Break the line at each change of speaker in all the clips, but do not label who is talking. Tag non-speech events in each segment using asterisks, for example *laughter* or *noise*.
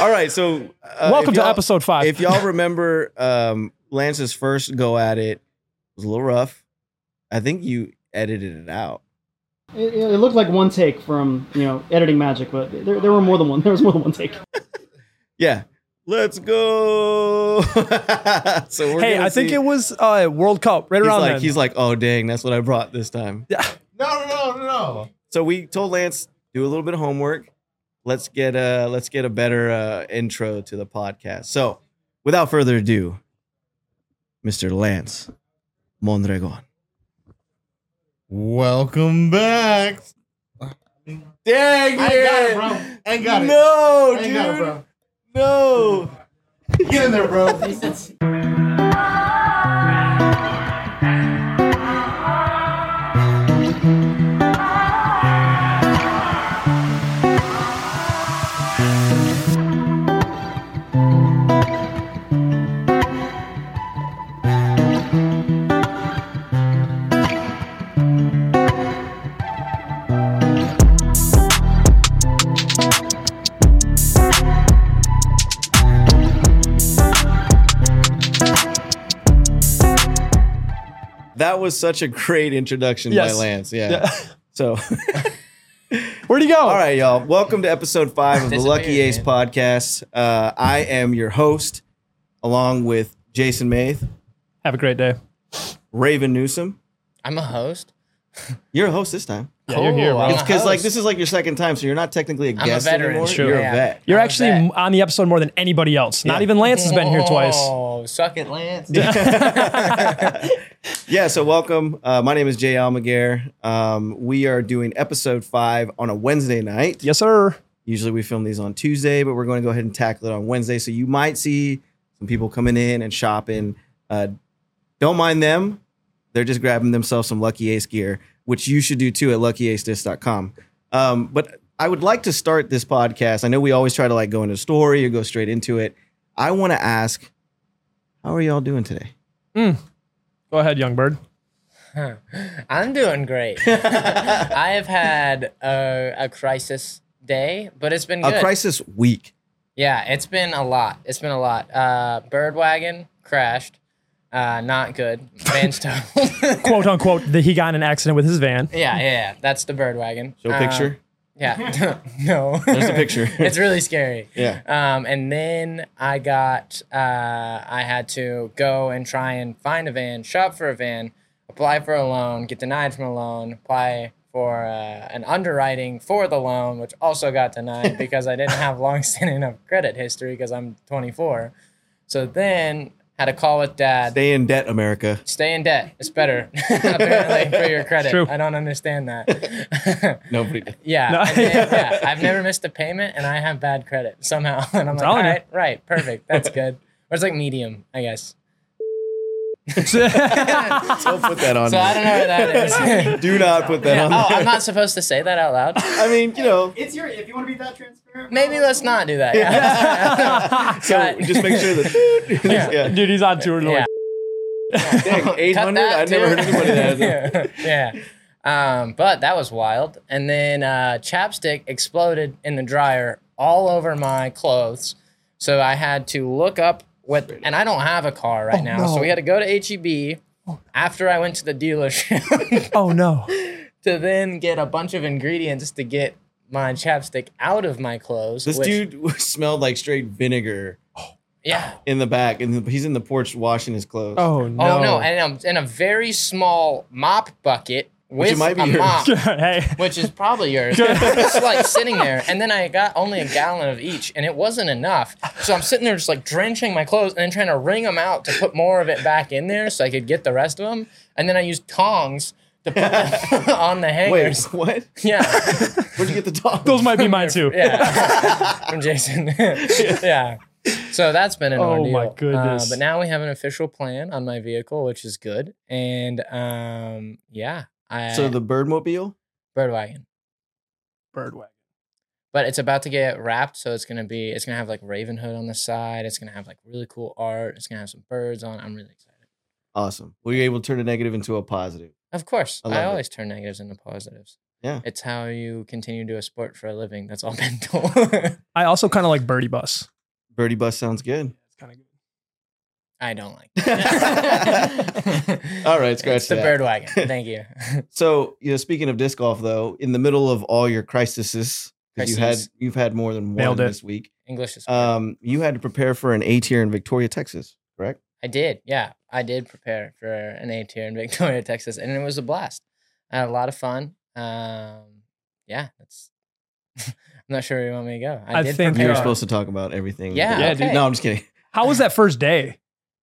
All right, so uh,
Welcome
if
to
y'all-
episode five.
If y'all remember, um, Lance's first go at it was a little rough. I think you edited it out.
It, it looked like one take from you know editing magic, but there, there were more than one. There was more than one take.
Yeah, let's go. *laughs* so we're
hey,
gonna
I think
see-
it was uh, World Cup right
He's
around
like
then.
he's like, oh dang, that's what I brought this time.
yeah.
No, no, no, no.
So we told Lance do a little bit of homework. Let's get a let's get a better uh, intro to the podcast. So without further ado, Mr. Lance Mondragon.
Welcome back.
Dang
I got it, bro. I got it.
No,
I
dude.
got it, bro.
No.
Get in there, bro.
That was such a great introduction
Yes.
by Lance. Yeah.
Yeah.
So,
*laughs* Where'd he go?
all right,
*laughs*
y'all. Welcome to episode five of the Lucky Ace podcast. Uh, I am your host, along with Jason Maith,
Have a great day.
Raven Newsom.
*laughs* I'm a host.
You're a host this time.
Yeah, you're here,
Cool,
bro.
I'm a
Because like
host.
this is like your second time, so you're not technically a
a
guest
veteran,
anymore.
sure.
You're
Yeah.
a vet.
You're
I'm
actually
back.
m- on the episode more than anybody else. Not
Yeah.
even Lance has been here twice.
Oh, suck it, Lance.
Yeah, so welcome. Uh, my name is Jay Almaguer. Um, we are doing episode five on a Wednesday night.
Yes, sir.
Usually we film these on Tuesday, but we're going to go ahead and tackle it on Wednesday. So you might see some people coming in and shopping. Uh, don't mind them. They're just grabbing themselves some Lucky Ace gear, which you should do too at luckyace.com. Um, but I would like to start this podcast. I know we always try to like go into a story or go straight into it. I want to ask, how are y'all doing today?
Go ahead, young bird.
I'm doing great. I have had a, a crisis day, but it's been good.
A crisis week.
yeah, it's been a lot. It's been a lot. Uh, Birdwagon crashed. Uh, not good. Van's totaled.
Quote unquote, that he got in an accident with his *laughs* van.
*laughs* yeah, yeah, yeah. That's the Birdwagon.
Show a
Uh,
picture.
Yeah. *laughs* no.
There's a picture.
*laughs* it's really scary.
Yeah.
Um, and then I got, uh, I had to go and try and find a van, shop for a van, apply for a loan, get denied from a loan, apply for uh, an underwriting for the loan, which also
*laughs*
got denied because I didn't have long standing enough credit history because I'm 24. So then had a call with dad. Stay,
Stay in debt, America.
in debt. It's
*laughs*
better *laughs* apparently for your credit.
True.
I don't understand that.
Nobody.
Yeah,
No.
and then-
*laughs*
yeah. I've never missed a payment, and I have bad credit somehow. *laughs* And I'm like, all
telling you.
right, right, perfect, that's good. Or it's like medium, I guess.
Don't put that on.
So I don't know what that *laughs* is.
Do not put that
Yeah,
on.
Oh,
there.
I'm not supposed to say that out loud.
I mean, you know.
It's your if you want to be that transparent. uh,
Maybe let's not do that. Yeah.
So
Cut.
just make sure that. yeah.
Yeah.
Dude, he's on tour.
Yeah.
Yeah.
Dang, eight
Cut
hundred.
that,
I never heard
dude.
anybody that.
*laughs* yeah. yeah. Um, but that was wild. And then uh, chapstick exploded in the dryer all over my clothes. So I had to look up what, and I don't have a car
Oh,
right now. So we had to go to HEB after I went to the dealership *laughs*
Oh, no.
to then get a bunch of ingredients to get my chapstick out of my clothes.
This
which-
dude *laughs* smelled like straight vinegar
Yeah.
in the back, and he's in the porch washing his clothes.
Oh, no.
Oh, no. And I'm in a very small mop bucket with
it might be
a
yours. *laughs*
mop.
*laughs* hey.
which is probably yours. *laughs* just like sitting there, and then I got only a gallon of each, and it wasn't enough. So I'm sitting there just like drenching my clothes, and then trying to wring them out to put more of it back in there so I could get the rest of them. And then I used tongs *laughs* to put them on
*laughs*
the
Wait,
hangers. *laughs*
what?
Yeah,
Where'd you get the dog?
Those might be mine too.
yeah. *laughs* From Jason. yeah. So that's been an
Oh
ordeal.
my
Uh,
goodness.
but now we have an official plan on my vehicle, which is good. And um, yeah, I
So the birdmobile.
Birdwagon.
Birdway.
but it's about to get wrapped so it's gonna be it's gonna have like raven hood on the side it's gonna have like really cool art it's gonna have some birds on i'm really excited
Awesome. Were you able to turn a negative into a positive?
of course
I
i,
love it.
always turn negatives into positives
Yeah.
*laughs* it's how you continue to do a sport for a living that's all been told
I also kind of like Birdie Bus.
Birdie bus sounds good.
It's kind of good.
I
*laughs*
don't like.
All right, scratch
it's the
that. *laughs*
bird wagon. Thank you. *laughs*
So, you know, speaking of disc golf, though, in the middle of all your crises, because you had
Crises.
you've had more than one
Nailed it.
this week,
English is.
um, you had to prepare for an A tier in Victoria, Texas, correct?
I did. Yeah, I did prepare for an A tier in Victoria, *laughs* Texas, and it was a blast. I had a lot of fun. Um, yeah, that's. *laughs* I'm not sure where you want me to go. I,
I
did
think
prepare.
You were
Yeah.
supposed to talk about everything.
Yeah,
Yeah,
okay. dude.
No, I'm just kidding.
How was that first day?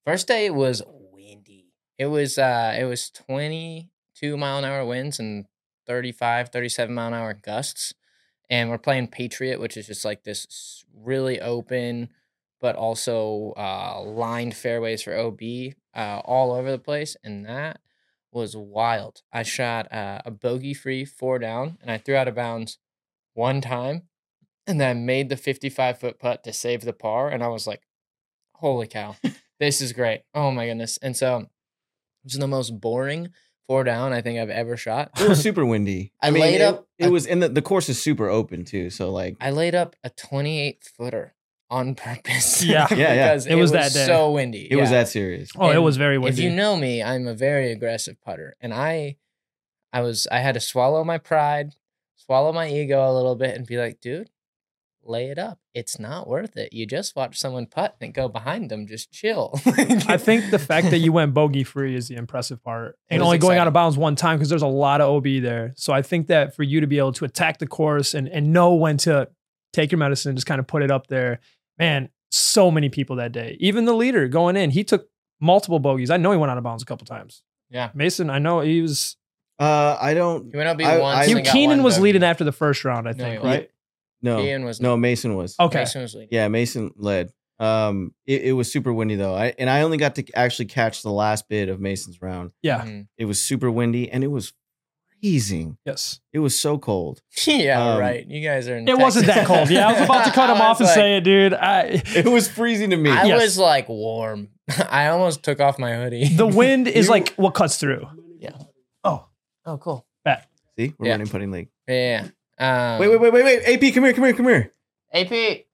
First day was windy. It was uh it was 22 mile an hour winds and 35 37 mile an hour gusts. And we're playing Patriot, which is just like this s- really open but also uh lined fairways for OB uh all over the place and that was wild. I shot uh, a bogey free four down and I threw out of bounds one time and then I made the 55 foot putt to save the par and I was like holy cow this is great. Oh my goodness. And so it was the most boring four down I think I've ever shot.
It was super windy.
*laughs* I
it,
laid up-
It was, and the, the course is super open too. So, like,
I laid up a 28 footer on *laughs* purpose.
Yeah.
*laughs* Yeah, yeah.
because
It was that day.
so windy.
it was
Yeah.
that serious.
Oh, it
And
was very
If
windy.
you know me, I'm a very aggressive putter, and I, I was I had to swallow my pride, swallow my ego a little bit, and be like, dude, lay it up. It's not worth it. You just watch someone putt and go behind them. Just chill. *laughs*
I think the fact that you went bogey free is the impressive part,
*laughs* It
and
was
only going out
exciting.
of bounds one time because there's a lot of OB there. So I think that for you to be able to attack the course and and know when to take your medicine and just kind of put it up there, man. So many people that day. Even the leader going in, he took multiple bogeys. I know he went out of bounds a couple times.
Yeah.
Mason, I know he was.
Uh, I don't.
you went up
I- I-
once.
Mason
You
and got
Keenan
one
was
bogey.
leading after the first round, I
No,
think,
he
right?
No,
Ian was
no, Mason was.
Okay.
Mason was leading.
Yeah, Mason led. Um, it, it was super windy though. I and I only got to actually catch the last bit of Mason's round.
Yeah.
Mhm.
It was super windy and it was freezing.
Yes.
It was so
*laughs*
cold.
*laughs* yeah,
Um,
right. You guys are. In
It wasn't that
Texas.
cold. Yeah, I was about
*laughs*
to cut him
I
off and
was like-
say it, dude. I,
It was freezing to me.
I
Yes.
was like warm. *laughs* I almost took off my hoodie. *laughs*
the wind is
You-
like what cuts through.
Yeah.
Oh,
oh, cool.
bet.
See, we're
Yeah.
running putting league.
Yeah. Um,
Wait, wait, wait, wait, wait. AP, come here, come here, come here.
AP.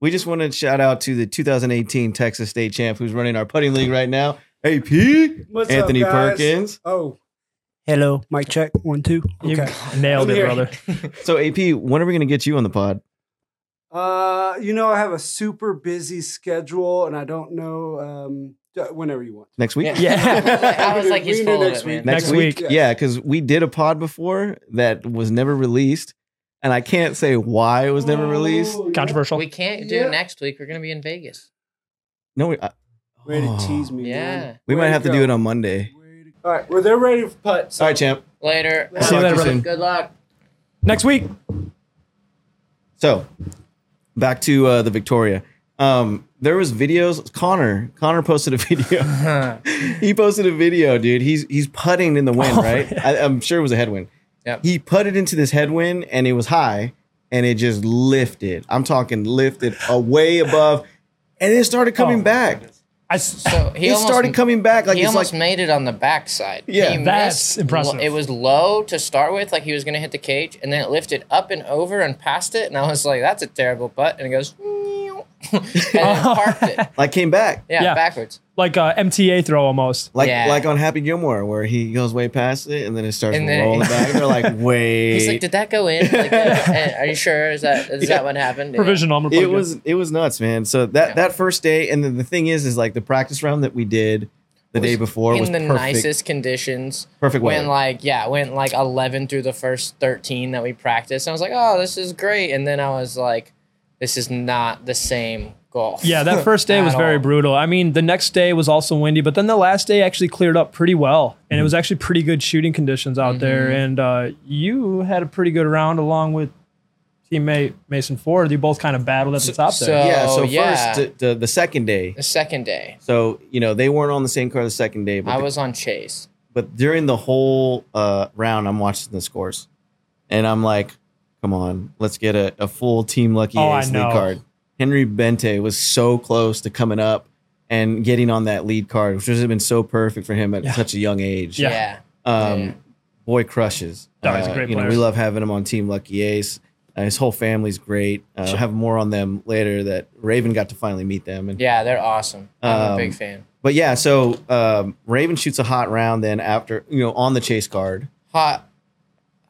We just want to shout out to the 2018 Texas State champ who's running our putting league right now. AP,
What's up,
Anthony
guys?
Perkins.
Oh,
Hello.
mic check one two.
You
Okay.
nailed it,
I'm here.
brother.
So AP, when are we going to get you on the pod?
Uh, you know I have a super busy schedule, and I don't know. Um, d- whenever *laughs* you want.
Next week?
Yeah.
I was like, he's
We can do
full of
next
it, man.
week.
next,
Next
week.
week.
Yeah, because we did a pod before that was never released, and I can't say why it was never released.
Oh.
Controversial.
We can't do
Yeah.
next week. We're gonna be in Vegas.
No, we, I,
Way to
Oh.
tease me.
Yeah.
man.
we
Way
might have to do
go.
it on Monday.
Way to- All right, well they're ready for putts.
All right, champ.
Later.
See you later, brother.
Good luck.
Next week.
So, back to uh, the Victoria. Um, there was videos. Connor, Connor posted a *laughs*
*laughs*
video. he posted a video, dude. He's he's putting in the wind,
Oh,
right? I, I'm sure it was a headwind.
Yep.
He putted into this headwind, and it was high, and it just lifted. I'm talking lifted away above, and it started coming
Oh.
back.
I, s-
So he
it
almost,
started coming back like
he
it's
almost
like
made it on the backside.
Yeah.
He
That's impressive.
It was low to start with, like he was gonna hit the cage, and then it lifted up and over and past it, and I was like, "That's a terrible putt," and it goes, *laughs* and then
*laughs*
parked it.
like came back
Yeah,
Yeah.
backwards.
like uh, a MTA throw almost.
like
Yeah.
like on Happy Gilmore where he goes way past it and then it starts
And then-
rolling back. They're like, wait,
*laughs* He's like, did that go in?
*laughs*
Like, uh, are you sure? Is that is
Yeah.
that what happened?
Provisional. I'm gonna put
it was it was nuts, man. So that
Yeah.
that first day and then the thing is is like the practice round that we did the day before
in
was
the
perfect,
nicest conditions.
perfect
Went
weather.
like yeah, went like eleven through the first thirteen that we practiced. I was like, oh, this is great. And then I was like, this is not the same golf.
*laughs*
Yeah,
*laughs*
that first day was
At
very
all.
brutal. I mean, the next day was also windy, but then the last day actually cleared up pretty well, and it was actually pretty good shooting conditions out
Mm-hmm.
there. And uh, you had a pretty good round along with teammate Mason Ford. You both kind of battled at the top there.
so-
yeah, so
oh, yeah.
first the, the, the second day.
The second day,
So, you know, they weren't on the same car the second day, but
I
the
was on chase.
but during the whole uh, round, I'm watching the scores, and I'm like, "Come on, let's get a, a full team lucky
Oh, I
ace lead
know.
card." Henry Bente was so close to coming up and getting on that lead card, which would have been so perfect for him at
Yeah.
such a young age.
Yeah.
Yeah.
Um,
Yeah.
boy crushes.
No, Oh, he's a
Uh,
great
you know,
player.
we love having him on Team Lucky Ace. Uh, his whole family's great. Uh,
Sure.
Have more on them later. That Raven got to finally meet them, and
Yeah, they're awesome. I'm
Um,
a big fan.
But yeah, so um, Raven shoots a hot round then after, you know, on the chase card.
Hot,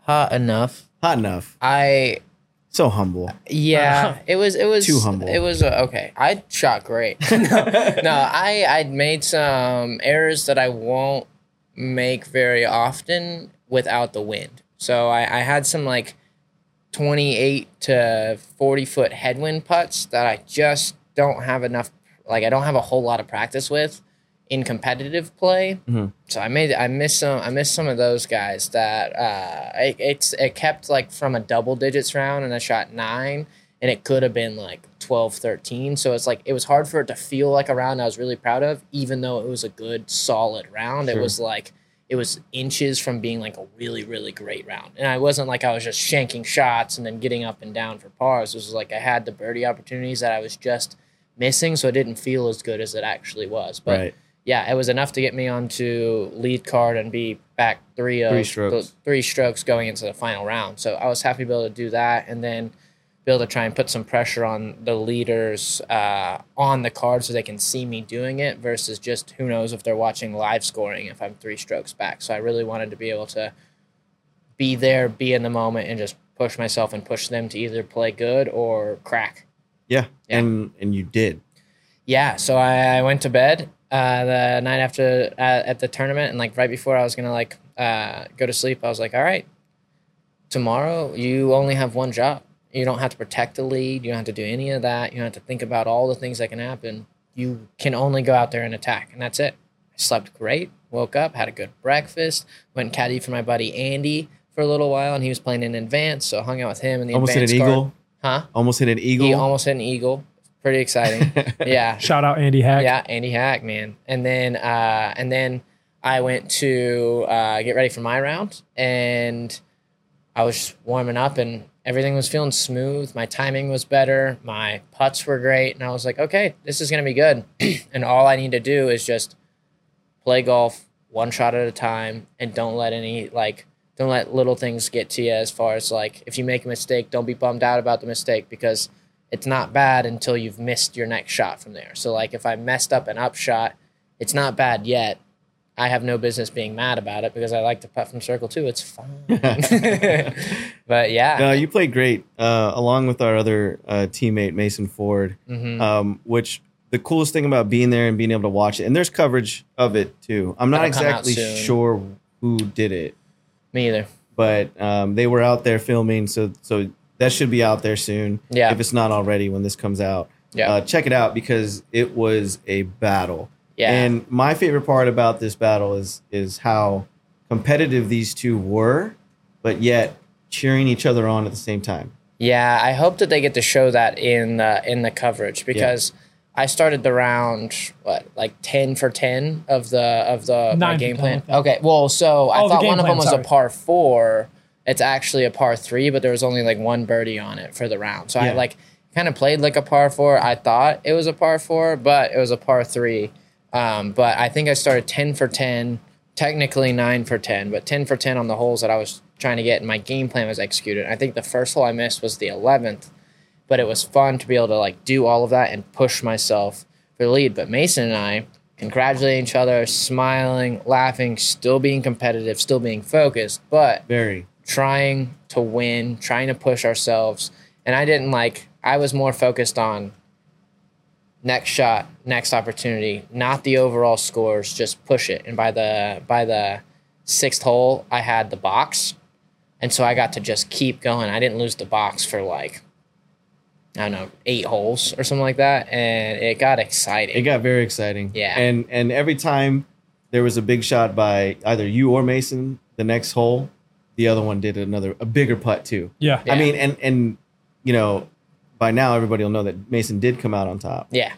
hot enough.
Hot enough.
I
So humble.
Yeah, it was it was
Uh-huh. Too humble.
It was uh, okay. I shot great.
*laughs*
no, I I made some errors that I won't make very often without the wind. So I, I had some like twenty eight to forty foot headwind putts that I just don't have enough. Like I don't have a whole lot of practice with in competitive play.
Mhm.
So I made I missed some I missed some of those guys that uh it, it's it kept like from a double digits round and I shot 9 and it could have been like 12 13 so it's like it was hard for it to feel like a round I was really proud of even though it was a good solid round it
Sure.
was like it was inches from being like a really really great round and I wasn't like I was just shanking shots and then getting up and down for pars it was like I had the birdie opportunities that I was just missing so it didn't feel as good as it actually was but
right.
yeah, it was enough to get me onto lead card and be back 3
Three strokes.
three strokes going into the final round. So I was happy to be able to do that and then be able to try and put some pressure on the leaders uh, on the card so they can see me doing it versus just who knows if they're watching live scoring if I'm three strokes back. So I really wanted to be able to be there, be in the moment, and just push myself and push them to either play good or crack.
Yeah.
Yeah.
And and you did.
Yeah, so I, I went to bed uh, the night after uh, at the tournament, and like right before I was gonna like uh, go to sleep, I was like, "All right, tomorrow you only have one job. You don't have to protect the lead. You don't have to do any of that. You don't have to think about all the things that can happen. You can only go out there and attack, and that's it." I slept great, woke up, had a good breakfast, went caddy for my buddy Andy for a little while, and he was playing in advance, so hung out with him in the
Almost hit an
advance card.
eagle.
huh?
Almost hit an
He
eagle.
almost hit an eagle.
*laughs*
Pretty exciting. yeah,
Shout out Andy Hack.
yeah, Andy Hack, man. And then uh, and then I went to uh, get ready for my round, and I was just warming up, and everything was feeling smooth. My timing was better. My putts were great, and I was like, okay, this is gonna be good. *clears throat* and all I need to do is just play golf one shot at a time, and don't let any like. Don't let little things get to you as far as like if you make a mistake, don't be bummed out about the mistake because it's not bad until you've missed your next shot from there. So like if I messed up an upshot, it's not bad yet. I have no business being mad about it because I like to putt from circle too. It's fine. *laughs* but
No,
yeah.
you played great uh, along with our other uh, teammate, Mason Ford,
hmm
um, which the coolest thing about being there and being able to watch it, and there's coverage of it too. I'm not
That'll come out
exactly
soon.
sure who did it,
Me either.
but um, they were out there filming. So, so that should be out there soon.
Yeah.
If it's not already when this comes out.
Yeah.
uh, check it out because it was a battle.
yeah.
And my favorite part about this battle is is how competitive these two were, but yet cheering each other on at the same time.
Yeah, I hope that they get to show that in the in the coverage because I started the round what like ten for ten of the of the my
Nine for
game
10,
plan.
I think.
Okay, well, so I
Oh, the
thought
game
one of
plan,
them was
sorry.
a par four. It's actually a par three, but there was only like one birdie on it for the round. So I
Yeah.
like kind of played like a par four. I thought it was a par four, but it was a par three. Um, but I think I started ten for ten, technically nine for ten, but ten for ten on the holes that I was trying to get, and my game plan was executed. I think the first hole I missed was the eleventh, but it was fun to be able to like do all of that and push myself for the lead. But Mason and I congratulating each other, smiling, laughing, still being competitive, still being focused, but
Very.
trying to win, trying to push ourselves. And I didn't like, I was more focused on next shot, next opportunity, not the overall scores, just push it. And by the, by the sixth hole, I had the box. And so I got to just keep going. I didn't lose the box for like, I don't know, eight holes or something like that. And it got exciting.
It got very exciting.
Yeah.
And and every time there was a big shot by either you or Mason, the next hole, the other one did another a bigger putt too.
Yeah.
Yeah.
I mean, and and you know, by now everybody will know that Mason did come out on top,
yeah.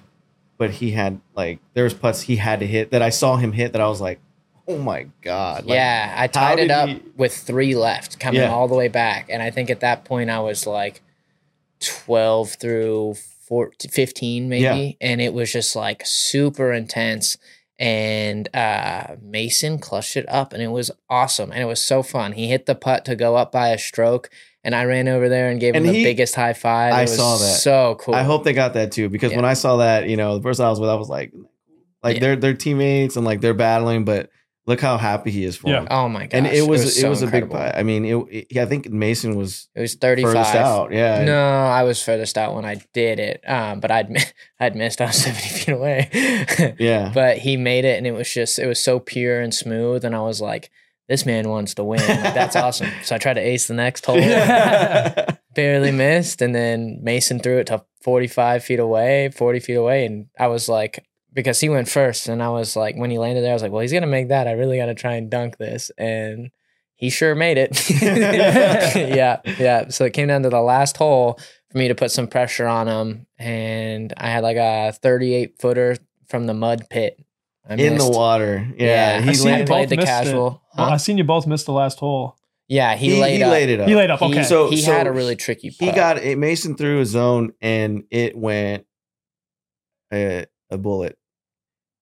but he had like there was putts he had to hit that I saw him hit that I was like, oh my god, like,
yeah, I
how
tied
did
it up
he-
with three left, coming
Yeah.
all the way back. And I think at that point I was like 12 through 14, 15 maybe. And it was just like super intense. And uh, Mason clutched it up and it was awesome. And it was so fun. He hit the putt to go up by a stroke and I ran over there and gave
And
him
he-
the biggest high five.
I
It was
saw that.
So cool.
I hope they got that too because when
Yeah.
I saw that, you know, the person I was with, I was like, like
Yeah.
they're they're teammates and like they're battling, but look how happy he is for
Yeah.
him.
Oh my gosh!
and it was it was,
so
a big
incredible.
pie. I mean, it, it- I think Mason was
It was thirty
furthest
five.
out. Yeah,
No, I was furthest out when I did it, um, but I'd *laughs* mi- I'd missed. I was *laughs* seventy feet away. *laughs*
yeah.
but he made it, and it was just it was so pure and smooth, and I was like. This man wants to win. Like, that's awesome. So I tried to ace the next hole, barely missed, and then Mason threw it to 45 feet away, 40 feet away, and I was like, because he went first, and I was like, when he landed there, I was like, well, he's gonna make that. I really gotta try and dunk this, and he sure made it. *laughs* yeah, yeah. So it came down to the last hole for me to put some pressure on him, and I had like a 38 footer from the mud pit.
*laughs*
I
in the
missed.
water. Yeah,
I
he
seen
laid,
it.
played the
Both missed it.
casual.
Well,
Huh?
I seen you both miss the last hole.
yeah, he,
he,
laid,
he
up.
laid it up.
He laid up.
He-
Okay.
So-
he
so
had a really tricky.
He
putt.
got it. Mason threw a zone and it went a, a bullet.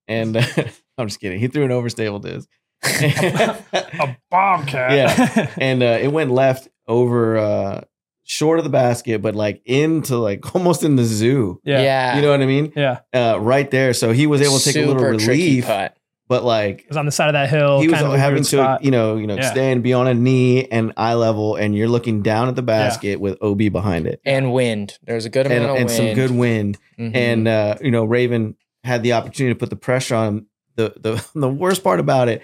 And *laughs* I'm just kidding. He threw an overstable disc. *laughs*
a bobcat. Yeah.
and uh, it went left over uh, short of the basket, but like into like *laughs* almost in the zoo.
*laughs*
yeah.
yeah.
You know what I mean?
Yeah.
Uh, right there. So he was able to take a little
Super tricky
relief,
putt.
but like
It was on the side of that hill.
he was
Oh, kind of a
having
weird
to
spot.
you know you know
Yeah.
stay and be on a knee and eye level, and you're looking down at the basket with OB behind it
and wind. There was a good
and,
amount of
and
wind.
some good wind.
Mhm.
And uh, you know Raven had the opportunity to put the pressure on him. The the *laughs* the worst part about it.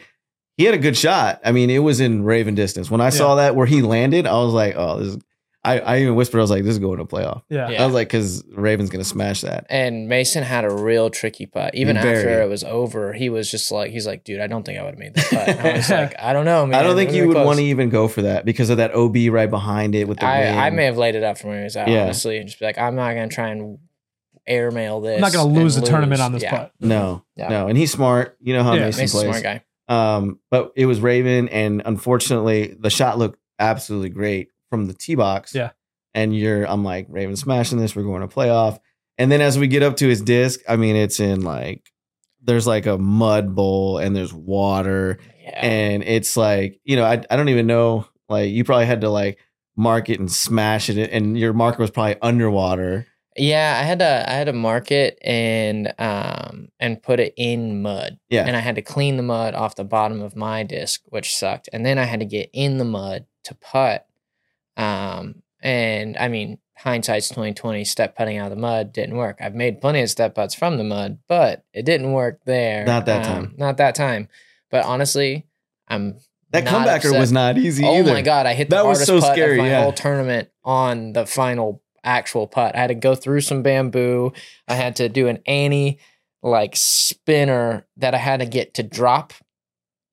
He had a good shot. I mean, it was in Raven distance. When I saw that where he landed, I was like, "Oh, this." Is, I, I even whispered, "I was like, this is going to playoff."
yeah.
Yeah.
I was like, "Cause Raven's gonna smash that."
and Mason had a real tricky putt. Even
Very.
after it was over, he was just like, he's like, dude, I don't think I would have made this putt. And
*laughs*
I was like, I don't know, man.
I don't think
We
you
were
would
close."
want to even go for that because of that OB right behind it with the
I,
wind.
I may have laid it up from where he was at,
Yeah.
honestly, and just be like, I'm not gonna try and airmail this.
I'm not going
and
to lose the tournament on this
Yeah.
putt.
No,
Yeah.
no, and he's smart. You know how
Yeah,
Mason,
Mason's a
plays.
smart guy.
Um, but it was Raven, and unfortunately, the shot looked absolutely great from the tee box.
Yeah.
and you're, I'm like, Raven smashing this. We're going to playoff. And then as we get up to his disc, I mean, it's in like there's like a mud bowl and there's water,
Yeah.
and it's like you know, I I don't even know. Like you probably had to like mark it and smash it, and your marker was probably underwater.
yeah, I had to I had to mark it and um and put it in mud.
Yeah,
and I had to clean the mud off the bottom of my disc, which sucked. And then I had to get in the mud to putt. Um, and I mean, hindsight's twenty twenty. Step putting out of the mud didn't work. I've made plenty of step putts from the mud, but it didn't work there.
Not that
Um,
time.
Not that time. But honestly, I'm.
that
not
comebacker
upset.
was not easy
Oh
either.
my god! I hit the
That was
hardest
so
putt
scary,
of my
yeah.
whole tournament on the final actual putt. I had to go through some bamboo. I had to do an Annie like spinner that I had to get to drop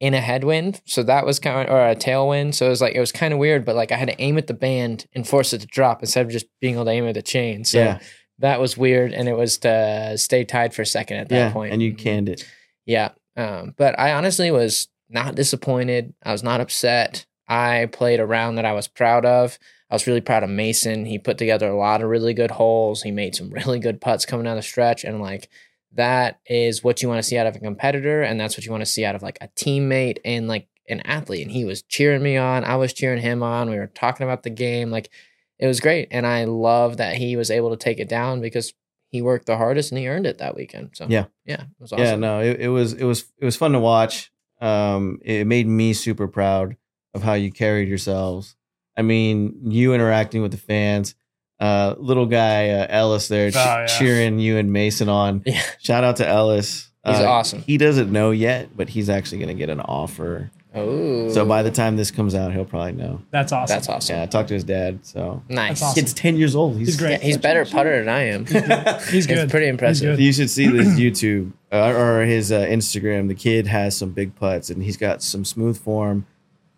in a headwind. So that was kind of or a tailwind. So it was like it was kind of weird, but like I had to aim at the band and force it to drop instead of just being able to aim at the chain. So
yeah,
that was weird, and it was to stay tied for second at that
yeah,
point.
and you canned it.
Yeah. Um, but I honestly was not disappointed. I was not upset. I played a round that I was proud of. I was really proud of Mason. He put together a lot of really good holes. He made some *laughs* really good putts coming down the stretch. And like that is what you want to see out of a competitor. And that's what you want to see out of like a teammate and like an athlete. And he was cheering me on. I was cheering him on. We were talking about the game. Like it was great. And I love that he was able to take it down because he worked the hardest and he earned it that weekend. So
Yeah.
Yeah. It was awesome.
Yeah, no, it, it was it was it was fun to watch. Um, it made me super proud of how you carried yourselves. I mean, you interacting with the fans. Uh, little guy uh, Ellis there che-
Oh, yeah.
cheering you and Mason on.
Yeah.
Shout out to Ellis.
He's
Uh,
awesome.
He doesn't know yet, but he's actually going to get an offer.
Oh.
So by the time this comes out, he'll probably know.
That's awesome.
that's awesome.
Yeah, I talked to his dad. So
Nice.
That's awesome.
kid's ten years old.
He's great.
Yeah, he's better at putter than
*laughs*
I am.
He's good.
It's pretty impressive.
good.
You should see this YouTube uh, or his uh, Instagram. The kid has some big putts and he's got some smooth form.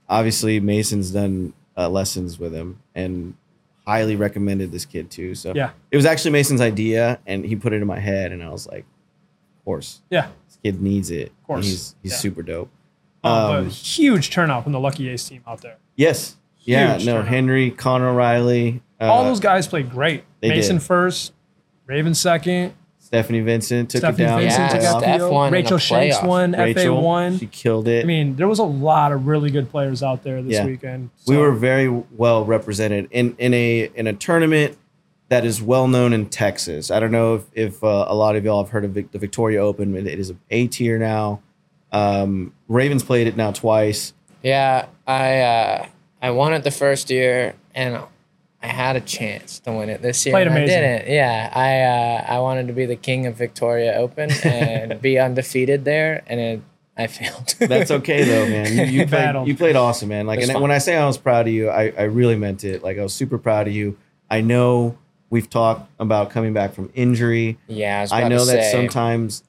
Obviously, Mason's done uh, lessons with him and highly recommended this kid too. So
Yeah.
it was actually Mason's idea, and he put it in my head, and I was like, "Of course,
Yeah.
this kid needs it. Of
course.
he's he's
Yeah.
super dope."
Oh,
Um,
but huge turnout from the Lucky Ace team out there.
Yes, yeah, no,
Huge turnout.
Henry, Connor Riley, uh,
All those guys played great.
they
Mason
did.
first, Raven second,
Stephanie Vincent took
Stephanie
it down. in
Vincent
the
took
Yeah,
out
playoff.
Steph
Theo.
won in the
Rachel Shanks
playoff.
won.
Rachel,
FA won.
she killed it.
I mean, there was a lot of really good players out there this
Yeah.
weekend.
we
So,
were very well represented in in a in a tournament that is well known in Texas. I don't know if, if uh, a lot of y'all have heard of Vic- the Victoria Open. but It is A tier now. Um, Ravens played it now twice.
Yeah, I uh, I won it the first year, and I had a chance to win it this year.
Played
and
amazing.
I didn't. Yeah, I uh, I wanted to be the king of Victoria Open and be *laughs* undefeated there, and it, I failed.
That's okay though, man. You, you played
Battled.
you played awesome, man. Like
It's
and
fun.
when I say I was proud of you, I, I really meant it. Like I was super proud of you. I know we've talked about coming back from injury.
*laughs* yeah, I, was
I
about to
know that
say,
sometimes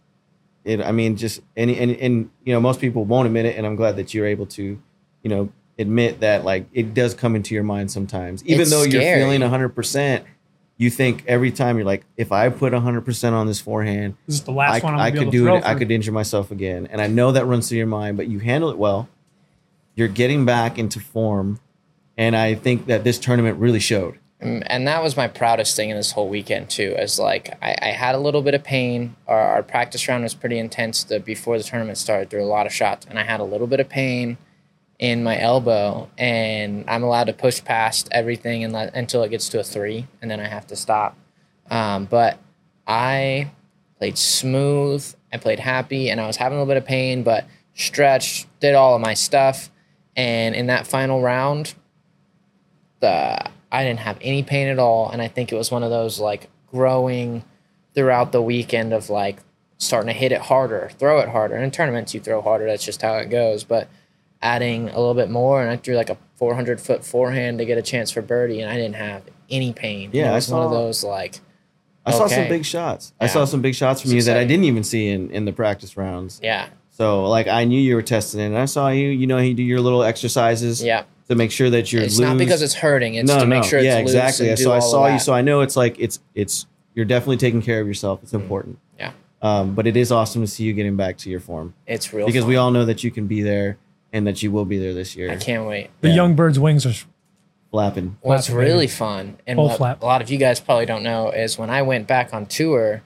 it I mean just any and, and you know most people won't admit it and I'm glad that you're able to you know admit that like it does come into your mind sometimes even
It's
though you're
scary.
feeling 100% you think every time you're like if I put 100% on this forehand
this is the
I,
last one I'm
I
gonna be
could
able to
do
throw
it I
for.
could injure myself again and I know that runs through your mind but you handle it well you're getting back into form and I think that this tournament really showed
Mm, and that was my proudest thing in this whole weekend too is like i, I had a little bit of pain our, our practice round was pretty intense the, before the tournament started there were a lot of shots and i had a little bit of pain in my elbow and i'm allowed to push past everything and let, until it gets to a three and then i have to stop um, but i played smooth i played happy and i was having a little bit of pain but stretched did all of my stuff and in that final round the I didn't have any pain at all, and I think it was one of those like growing throughout the weekend of like starting to hit it harder, throw it harder. In tournaments, you throw harder. That's just how it goes. But adding a little bit more, and I threw like a 400 foot forehand to get a chance for birdie, and I didn't have any pain.
Yeah,
it
I
was one of
saw-
those like
I saw some
Okay.
big shots I
Yeah.
saw some big shots from
It's
you that I
exciting.
didn't even see in in the practice rounds
yeah,
So like I knew you were testing it. And I saw you. You know, you do your little exercises
yeah.
to make sure that you're
It's
loose.
not because it's hurting. It's to make sure it's
yeah,
loose
exactly.
and do
so I
all of
saw you.
that.
So I know it's like it's it's you're definitely taking care of yourself. It's important.
Mm-hmm. Yeah.
Um, but it is awesome to see you getting back to your form
it's real
because we
fun.
all know that you can be there and that you will be there this year.
I can't wait.
the
Yeah.
young bird's wings are
Flapping.
What's
Flap it, baby.
really fun, and
Full
what
flap.
a lot of you guys probably don't know, is when I went back on tour,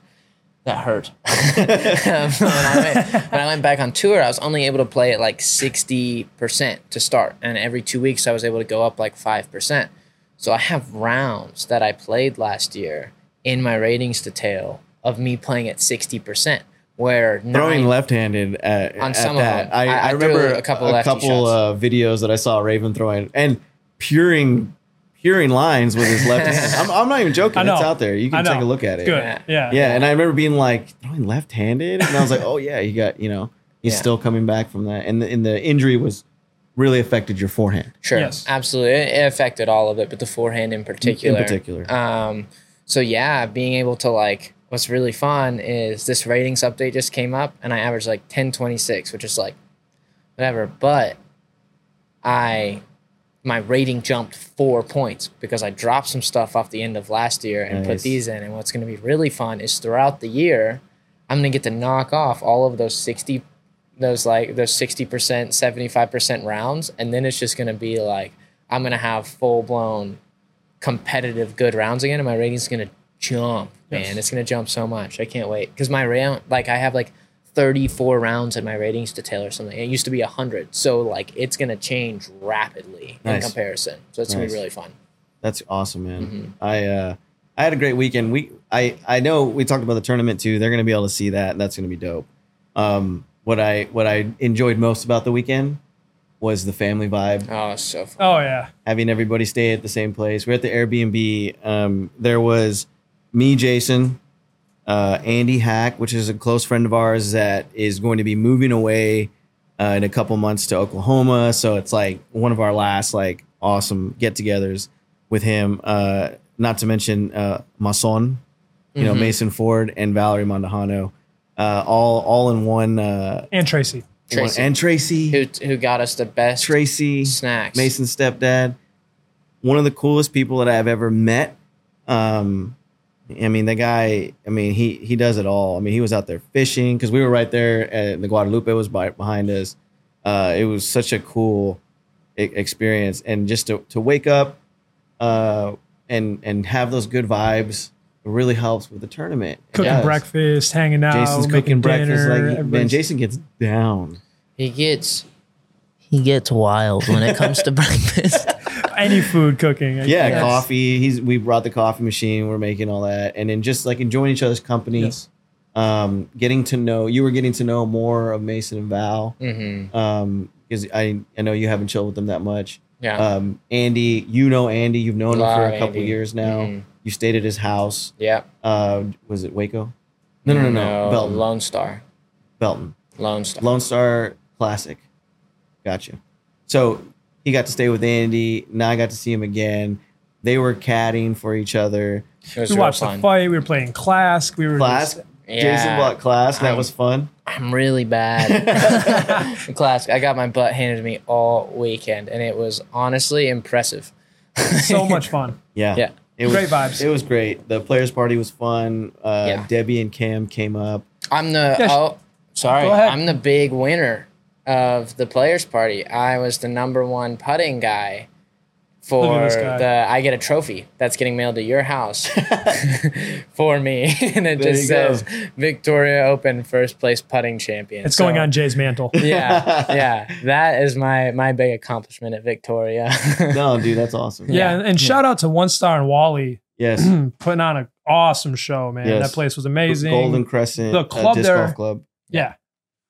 that hurt. *laughs* Um, when, I went, when I went back on tour, I was only able to play at like 60% to start. And every two weeks, I was able to go up like 5%. So I have rounds that I played last year in my ratings detail of me playing at 60%, where
Throwing
nine-
left-handed at,
On
at
some of
that.
them.
I,
I-
I
I threw
remember
a couple
a
lefty
couple
shots.
uh, videos that I saw Raven throwing and puring puring lines with his left
*laughs*
hand. I'm, I'm not even joking.
I know.
It's out there. You
I
can
know.
take a look at it.
good. Yeah.
Yeah.
Yeah, and I remember being like throwing left-handed, and I was like, oh yeah, he got you know he's
Yeah.
still coming back from that, and the, and the injury was really affected your forehand.
Sure.
Yes.
Absolutely. It it affected all of it, but the forehand in particular.
particular.
Um, so yeah, being able to like what's really fun is this ratings update just came up and I averaged like ten twenty six, which is like whatever. But I my rating jumped four points because I dropped some stuff off the end of last year and put
Nice.
these in. And what's gonna be really fun is throughout the year, I'm gonna get to knock off all of those sixty those like those 60% 75% rounds and then it's just going to be like i'm going to have full blown competitive good rounds again and my rating's going to jump man
Yes.
it's going to jump so much i can't wait because my round like i have like 34 rounds in my ratings detail or something it used to be 100 so like it's going to change rapidly in
Nice.
comparison so it's going
Nice.
to be really fun
That's awesome, man.
Mhm.
I uh, I had a great weekend. We I I know we talked about the tournament too. They're gonna be able to see that. And that's gonna be dope. Um, what I what I enjoyed most about the weekend was the family vibe.
oh it's so fun
Oh yeah.
having everybody stay at the same place. We're at the Airbnb. Um, there was me, Jason, uh, Andy Hack, which is a close friend of ours that is going to be moving away uh, in a couple months to Oklahoma. So it's like one of our last like awesome get-togethers with him. Uh, not to mention uh, Mason, you know
Mhm.
Mason Ford and Valerie Mondahano, uh, all all in one. Uh,
And Tracy.
Tracy.
one- and Tracy,
who, who got us the best
Tracy,
snacks
Mason's stepdad, one of the coolest people that I've ever met. Um, I mean, the guy, I mean, he he does it all. I mean, he was out there fishing because we were right there and the Guadalupe was by, behind us. Uh, it was such a cool e- experience. And just to, to wake up uh, and and have those good vibes really helps with the tournament. It
Cooking
does.
breakfast, hanging out.
Jason's cooking
making
breakfast.
dinner,
Like man,
everybody's-
Jason gets down.
He gets he gets wild when it comes
*laughs*
to breakfast.
Any food cooking. I
Yeah,
guess.
coffee. He's we brought the coffee machine. We're making all that, and then just like enjoying each other's company.
Yes.
Um, getting to know you were getting to know more of Mason and Val
Mm-hmm.
because I I know you haven't chilled with them that much.
Yeah.
Um, Andy, you know Andy. You've known him
Love
for a couple
Andy.
years now.
Mhm.
You stayed at his house.
Yep.
Uh, was it Waco? No, no, no, no. Belton.
Lone Star.
Belton.
Lone Star.
Lone Star Classic. Gotcha. So he got to stay with Andy. Now I got to see him again. They were catting for each other.
It was
We
real
watched
fun.
the fight. We were playing Clask. We were
Class.
just-
Yeah.
Jason bought class. That was fun.
I'm really bad.
*laughs*
bad. In class, I got my butt handed to me all weekend, and it was honestly impressive.
so much fun.
*laughs* Yeah.
Yeah.
It was,
Great vibes.
It was great. The players' party was fun. Uh,
Yeah.
Debbie and Cam came up.
I'm the
Yeah, sh-
oh, sorry.
Go ahead.
I'm the big winner of the players' party. I was the number one putting guy
Look at
for
this guy.
the. I get a trophy that's getting mailed to your
*laughs*
house for me, *laughs* and it
There
just
you go.
says Victoria Open first place putting champion.
It's
So-
going on
*laughs*
Jay's mantle. *laughs*
Yeah, yeah. That is my my big accomplishment at Victoria.
No, dude, that's awesome.
Yeah, and, and
Hmm.
shout out to One Star and Wally
*laughs*
*clears throat*
Yes.
putting on an awesome show, man.
Yes.
That place was amazing.
Golden Crescent.
The
uh,
club
disc
there-
golf club.
Yeah.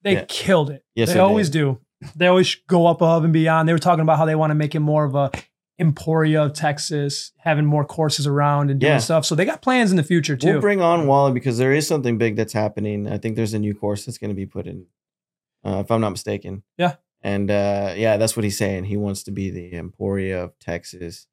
They
Yeah.
killed it.
Yes,
they
they
always do. They always go up above and beyond. They were talking about how they want to make it more of a Emporia of Texas, having more courses around and doing
Yeah.
stuff. So they got plans in the future too.
We'll bring on Wally because there is something big that's happening. I think there's a new course that's going to be put in, uh, if I'm not mistaken.
Yeah.
And uh, yeah, that's what he's saying. He wants to be the Emporia of Texas.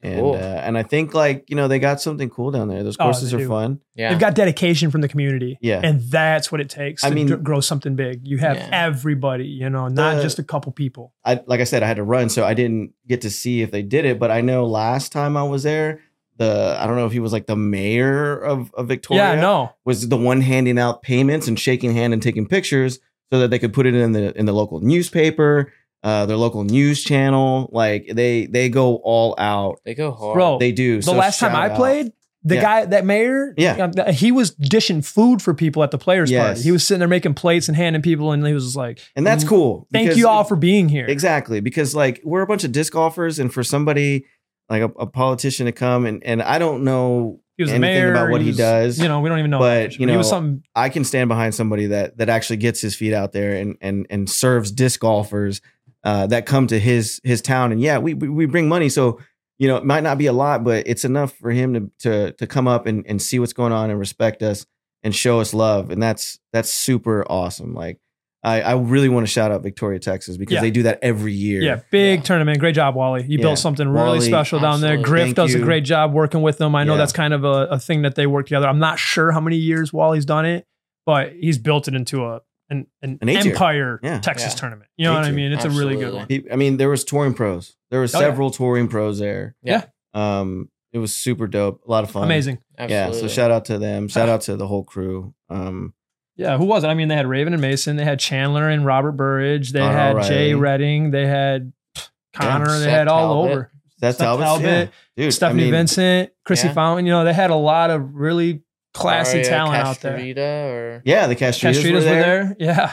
And
Cool.
uh, and I think like you know they got something cool down there. Those
Oh,
courses
they
are
do.
fun.
*laughs* yeah.
They've got dedication from the community.
Yeah.
And that's what it takes
I
to
mean-
dr- grow something big. You have
Yeah.
everybody, you know, not
The-
just a couple people.
I like I said I had to run, so I didn't get to see if they did it. But I know last time I was there, the I don't know if he was like the mayor of, of Victoria.
Yeah, no.
was the one handing out payments and shaking hand and taking pictures so that they could put it in the in the local newspaper, uh, their local news channel. Like they they go all out.
They go hard.
Bro,
They do.
Oh, the last time I played, the
Yeah.
guy, that mayor,
Yeah.
um, th- he was dishing food for people at the players'
Yes.
party. He was sitting there making plates and handing people, and he was just like, "Mm,
and that's cool.
Thank
because-
you all for being here.
Exactly, because like we're a bunch of disc golfers, and for somebody like a, a politician to come and and I don't know,
He was the
anything
mayor
about what he
was-
does,
You know, we don't even know.
but,
that much,
you
he
know,
was something.
I can stand behind somebody that that actually gets his feet out there and and and serves disc golfers uh, that come to his his town. And yeah, we we we bring money, so you know it might not be a lot, but it's enough for him to to to come up and and see what's going on and respect us and show us love, and that's that's super awesome. Like I I really want to shout out Victoria, Texas, because
Yeah.
they do that every year.
Yeah, big
Yeah.
tournament. Great job, Wally. You
Yeah.
built something really
Wally,
special down there.
absolutely.
Griff
Thank
does a
you.
great job working with them. I know
Yeah.
that's kind of a, a thing that they work together. I'm not sure how many years Wally's done it, but he's built it into a an, an,
An eight-tier.
empire
Yeah.
Texas
Yeah.
tournament. You know what I
Eight-tier.
mean? It's a really good
Absolutely.
one.
He- I mean, there was touring pros. There were
Oh, yeah.
several touring pros there.
Yeah.
Um, it was super dope. A lot of fun.
Amazing.
Yeah.
Absolutely.
So shout out to them. Shout out to the whole crew. Um,
Yeah, who was it? I mean, they had Raven and Mason. They had Chandler and Robert Burridge. They
Connor
had Jay
O'Reilly.
Redding. They had pff, Connor. they
Seth
had all
Talbot.
over.
That's
Seth
Talbot's,
Talbot,
yeah. dude.
Stephanie
I mean,
Vincent, Chrissy
yeah.
Fountain. You know, they had a lot of really
Oh,
classy
Aria
talent out there.
Castrovita Or
Yeah, the Castritas,
Castritas
were, there.
Yeah.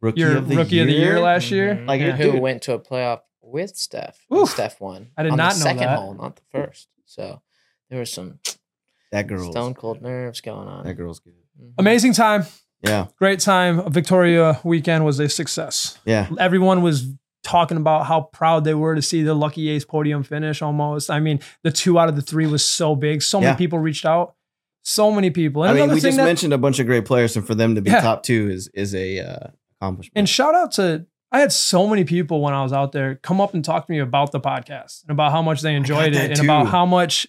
Rookie,
Your
of the,
rookie
year. Mm-hmm.
of the year last year.
Mhm.
Like,
yeah.
it-
who
dude.
went to a playoff with Steph. and
Oof.
Steph won.
I did
on
not
the
know
second
that.
hole, not the first. So there was some
That girl's
stone cold nerves going on. Mm-hmm.
that girl's good.
Amazing time.
Yeah,
Great time. Victoria weekend was a success.
yeah,
Everyone was talking about how proud they were to see the Lucky Ace podium finish almost. I mean, the two out of the three was so big. So many
Yeah.
people reached out. So many people. And
I mean,
another
we
thing
just
that,
mentioned a bunch of great players, and for them to be
Yeah.
top two is is a uh, accomplishment.
And shout out to I had so many people when I was out there come up and talk to me about the podcast and about how much they enjoyed it
that
and about
too.
how much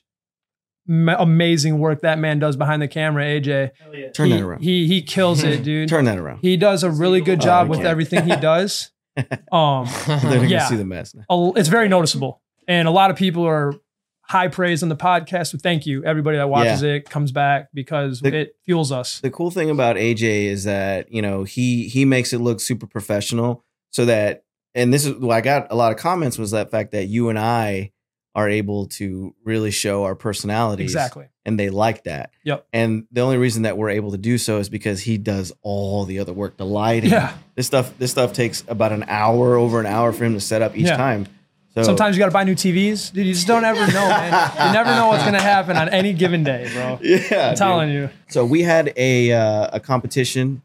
ma- amazing work that man does behind the camera. AJ,
Hell yeah.
Turn
he,
that around.
He he
*laughs*
kills it, dude.
Turn that around.
He does a really good
Oh,
job
we
with
can't.
everything he does.
*laughs*
Um,
They're gonna
Yeah.
see the mess. Now.
a- it's very noticeable, and a lot of people are high praise on the podcast. So thank you, everybody that watches it comes back because
The-
it fuels us.
The cool thing about AJ is that you know he he makes it look super professional, so that and this is well, I got a lot of comments was that fact that you and I are able to really show our personalities
Exactly.
and they like that.
Yep.
And the only reason that we're able to do so is because he does all the other work, the lighting.
Yeah.
This stuff this stuff takes about an hour, over an hour for him to set up each
Yeah.
time. So
Sometimes you got to buy new TVs. Dude, you just don't ever know, man. You never know what's going to happen on any given day, bro.
*laughs* yeah,
I'm telling you.
So we had a uh, a competition.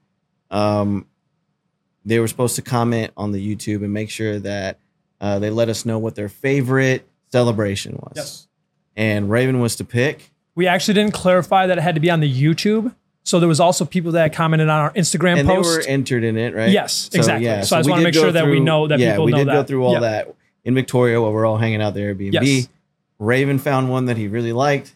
Um, they were supposed to comment on the YouTube and make sure that uh, they let us know what their favorite celebration was.
Yes.
And Raven was to pick.
We actually didn't clarify that it had to be on the YouTube. So there was also people that commented on our Instagram
and
post.
they were entered in it, right?
Yes, exactly. So I just
we
wanna
did
make
go
sure that we know that
yeah,
people
we
know
did go
that.
through all
Yeah.
that in Victoria while we're all hanging out there Airbnb.
Yes.
Raven found one that he really liked.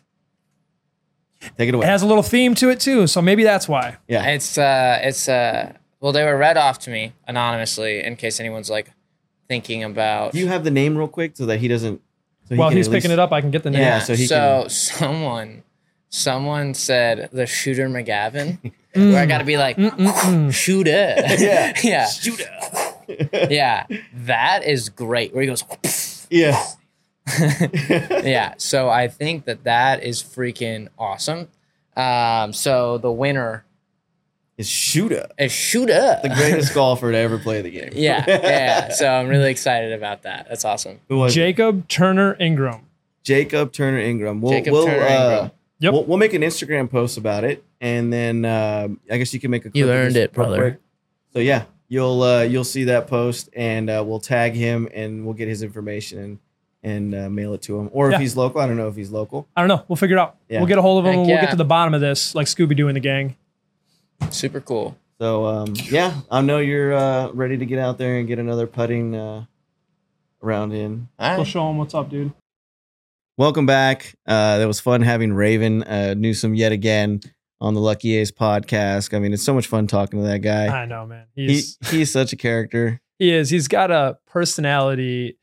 Take it away.
it has a little theme to it too, so maybe that's why.
yeah,
It's uh, it's uh, well, they were read off to me anonymously in case anyone's like thinking about.
do you have the name real quick so that he doesn't? So he
While
can
he's
at least-
picking it up, I can get the name.
Yeah, so he
so *laughs* someone, someone said the shooter McGavin, where I got to be like *laughs* shooter. Yeah, *laughs* yeah, shooter. *laughs* yeah, that is great. Where he goes. *laughs*
Yeah, *laughs*
yeah. So I think that that is freaking awesome. Um, so the winner
is Shooter.
is shooter.
the greatest golfer to ever play the game.
*laughs* yeah, yeah. So I'm really excited about that. That's awesome.
Who was it?
Jacob Turner Ingram.
Jacob Turner Ingram. We'll,
Jacob
we'll,
Turner
uh,
Ingram.
Yep.
We'll, we'll make an Instagram post about it, and then um I guess you can make a. Clip
You
of
earned
this
it,
real
brother.
quick. So yeah, you'll uh, you'll see that post, and uh, we'll tag him, and we'll get his information and and uh, mail it to him. Or if
Yeah.
he's local, I don't know if he's local.
I don't know. We'll figure it out.
Yeah.
We'll get a hold of him.
Heck
and We'll
yeah.
get to the bottom of this, like Scooby Doo and the gang.
Super cool.
So um, yeah, I know you're uh, ready to get out there and get another putting uh, round in.
All
We'll
right.
show him what's up, dude.
Welcome back. Uh, that was fun having Raven uh, Newsom yet again on the Lucky Ace podcast. I mean, it's so much fun talking to that guy.
I know, man.
He,
He's
he's such a character.
he is. He's got a personality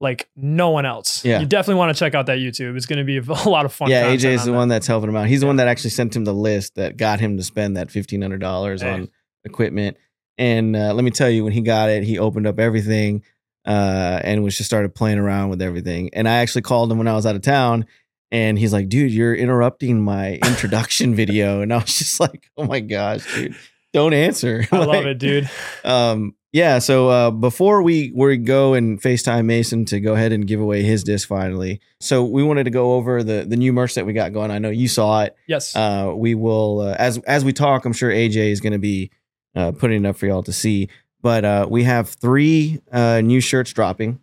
like no one else.
Yeah.
You definitely want to check out that YouTube. It's going to be *laughs* a lot of fun.
yeah,
content
AJ is
on
the
that.
one that's helping him out. He's the one that actually sent him the list that got him to spend that fifteen hundred dollars
Hey.
on equipment. And uh, let me tell you, when he got it, he opened up everything uh, and was just started playing around with everything. And I actually called him when I was out of town, and he's like, "Dude, you're interrupting my introduction *laughs* video." And I was just like, "Oh my gosh, dude, don't answer." *laughs*
I
Like-
love it, dude.
um yeah so uh before we we go and facetime mason to go ahead and give away his disc finally so we wanted to go over the the new merch that we got going i know you saw it
Yes.
uh we will uh, as as we talk i'm sure aj is going to be uh putting it up for y'all to see but uh we have three uh new shirts dropping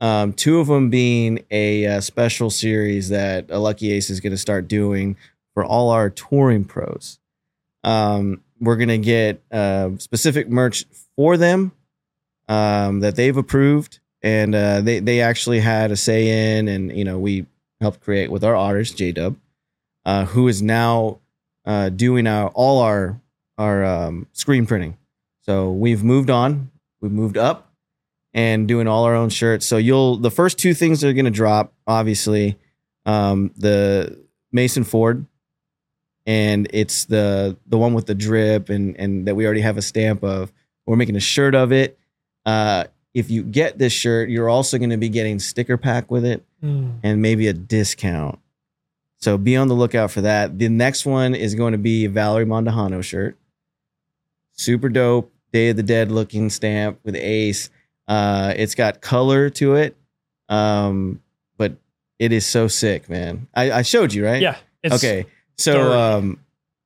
um two of them being a uh, special series that a lucky ace is going to start doing for all our touring pros. Um, we're gonna get uh, specific merch for them um, that they've approved, and uh, they they actually had a say in, and you know we helped create with our artist J Dub, uh, who is now uh, doing our all our our um, screen printing. So we've moved on, we've moved up, and doing all our own shirts. So you'll the first two things that are gonna drop, obviously, um, the Mason Ford and it's the the one with the drip and and that we already have a stamp of. We're making a shirt of it. Uh, if you get this shirt, you're also going to be getting sticker pack with it
Mm.
and maybe a discount. So be on the lookout for that. The next one is going to be a Valerie Mondahano shirt. Super dope, Day of the Dead looking stamp with Ace. Uh, it's got color to it, um, but it is so sick, man. I, I showed you, right?
Yeah. It's,
okay. So
dirty.
um,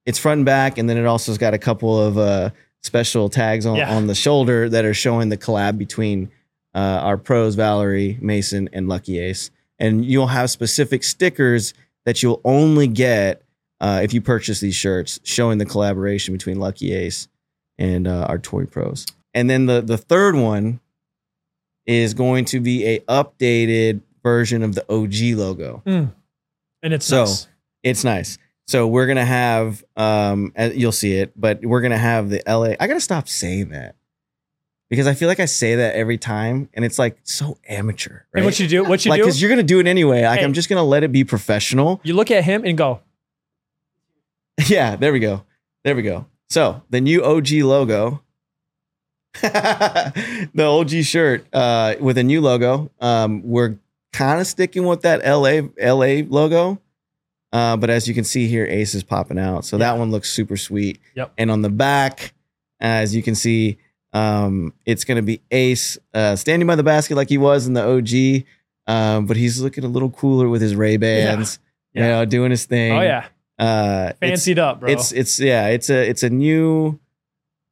it's front and back, and then it also's got a couple of uh, special tags on,
Yeah.
on the shoulder that are showing the collab between uh, our pros, Valerie, Mason, and Lucky Ace. And you'll have specific stickers that you'll only get uh, if you purchase these shirts, showing the collaboration between Lucky Ace and uh, our touring pros. And then the the third one is going to be a updated version of the OG logo
And it's
So-
nice.
it's nice. So we're gonna have um uh, you'll see it, but we're gonna have the LA. I gotta stop saying that because I feel like I say that every time, and it's like so amateur. Right?
And what you do, what you
like
do,
because you're gonna do it anyway. Like
Hey.
I'm just gonna let it be professional.
you look at him and go, "Oh,
*laughs* yeah, there we go. There we go. So the new OG logo. *laughs* the OG shirt uh, with a new logo. Um, we're kind of sticking with that LA LA logo. Uh, but as you can see here, Ace is popping out. So that one looks super sweet.
Yep.
And on the back, as you can see, um, it's going to be Ace uh, standing by the basket like he was in the OG, um, but he's looking a little cooler with his Ray Bans,
Yeah.
you know, doing his thing.
Oh yeah,
uh, it's-
fancied up, bro.
It's it's yeah, it's a it's a new,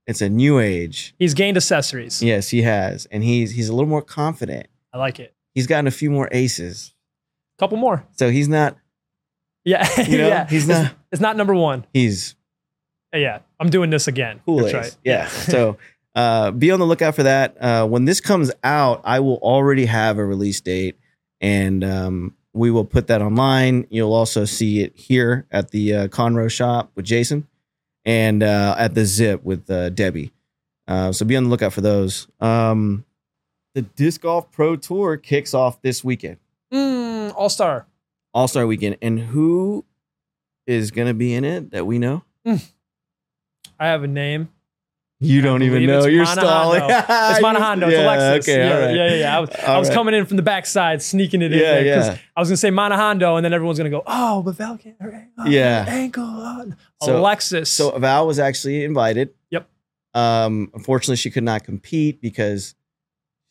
it's a new age.
He's gained accessories.
Yes, he has, and he's he's a little more confident.
I like it.
He's gotten a few more aces,
Couple more. *laughs*
so he's not
Yeah, *laughs*
you know
yeah.
he's
It's-
not
It's not number one.
he's
Yeah, I'm doing this again.
cool
That's
ace.
right.
Yeah.
*laughs*
so uh, be on the lookout for that. Uh, when this comes out, I will already have a release date, and um, we will put that online. You'll also see it here at the uh, Conroe shop with Jason, and uh, at the Zip with uh, Debbie. Uh, so be on the lookout for those. Um, the Disc Golf Pro Tour kicks off this weekend.
Mm, All star.
All Star Weekend, and who is going to be in it that we know?
I have a name.
You
don't even believe know. it's You're Monahan, stalling. though.
*laughs*
It's Monahondo. It's Alexis.
Uh, Okay,
yeah,
all right.
yeah, yeah, yeah. I was, I
All
was
right.
coming in from the backside, sneaking it in
Yeah,
there. 'cause
yeah.
I was gonna say Monahondo, and then everyone's gonna go, "Oh, but Val can't." her ankle-
Yeah.
ankle. oh."
So-
Alexis.
So Val was actually invited.
Yep.
Um, unfortunately, she could not compete because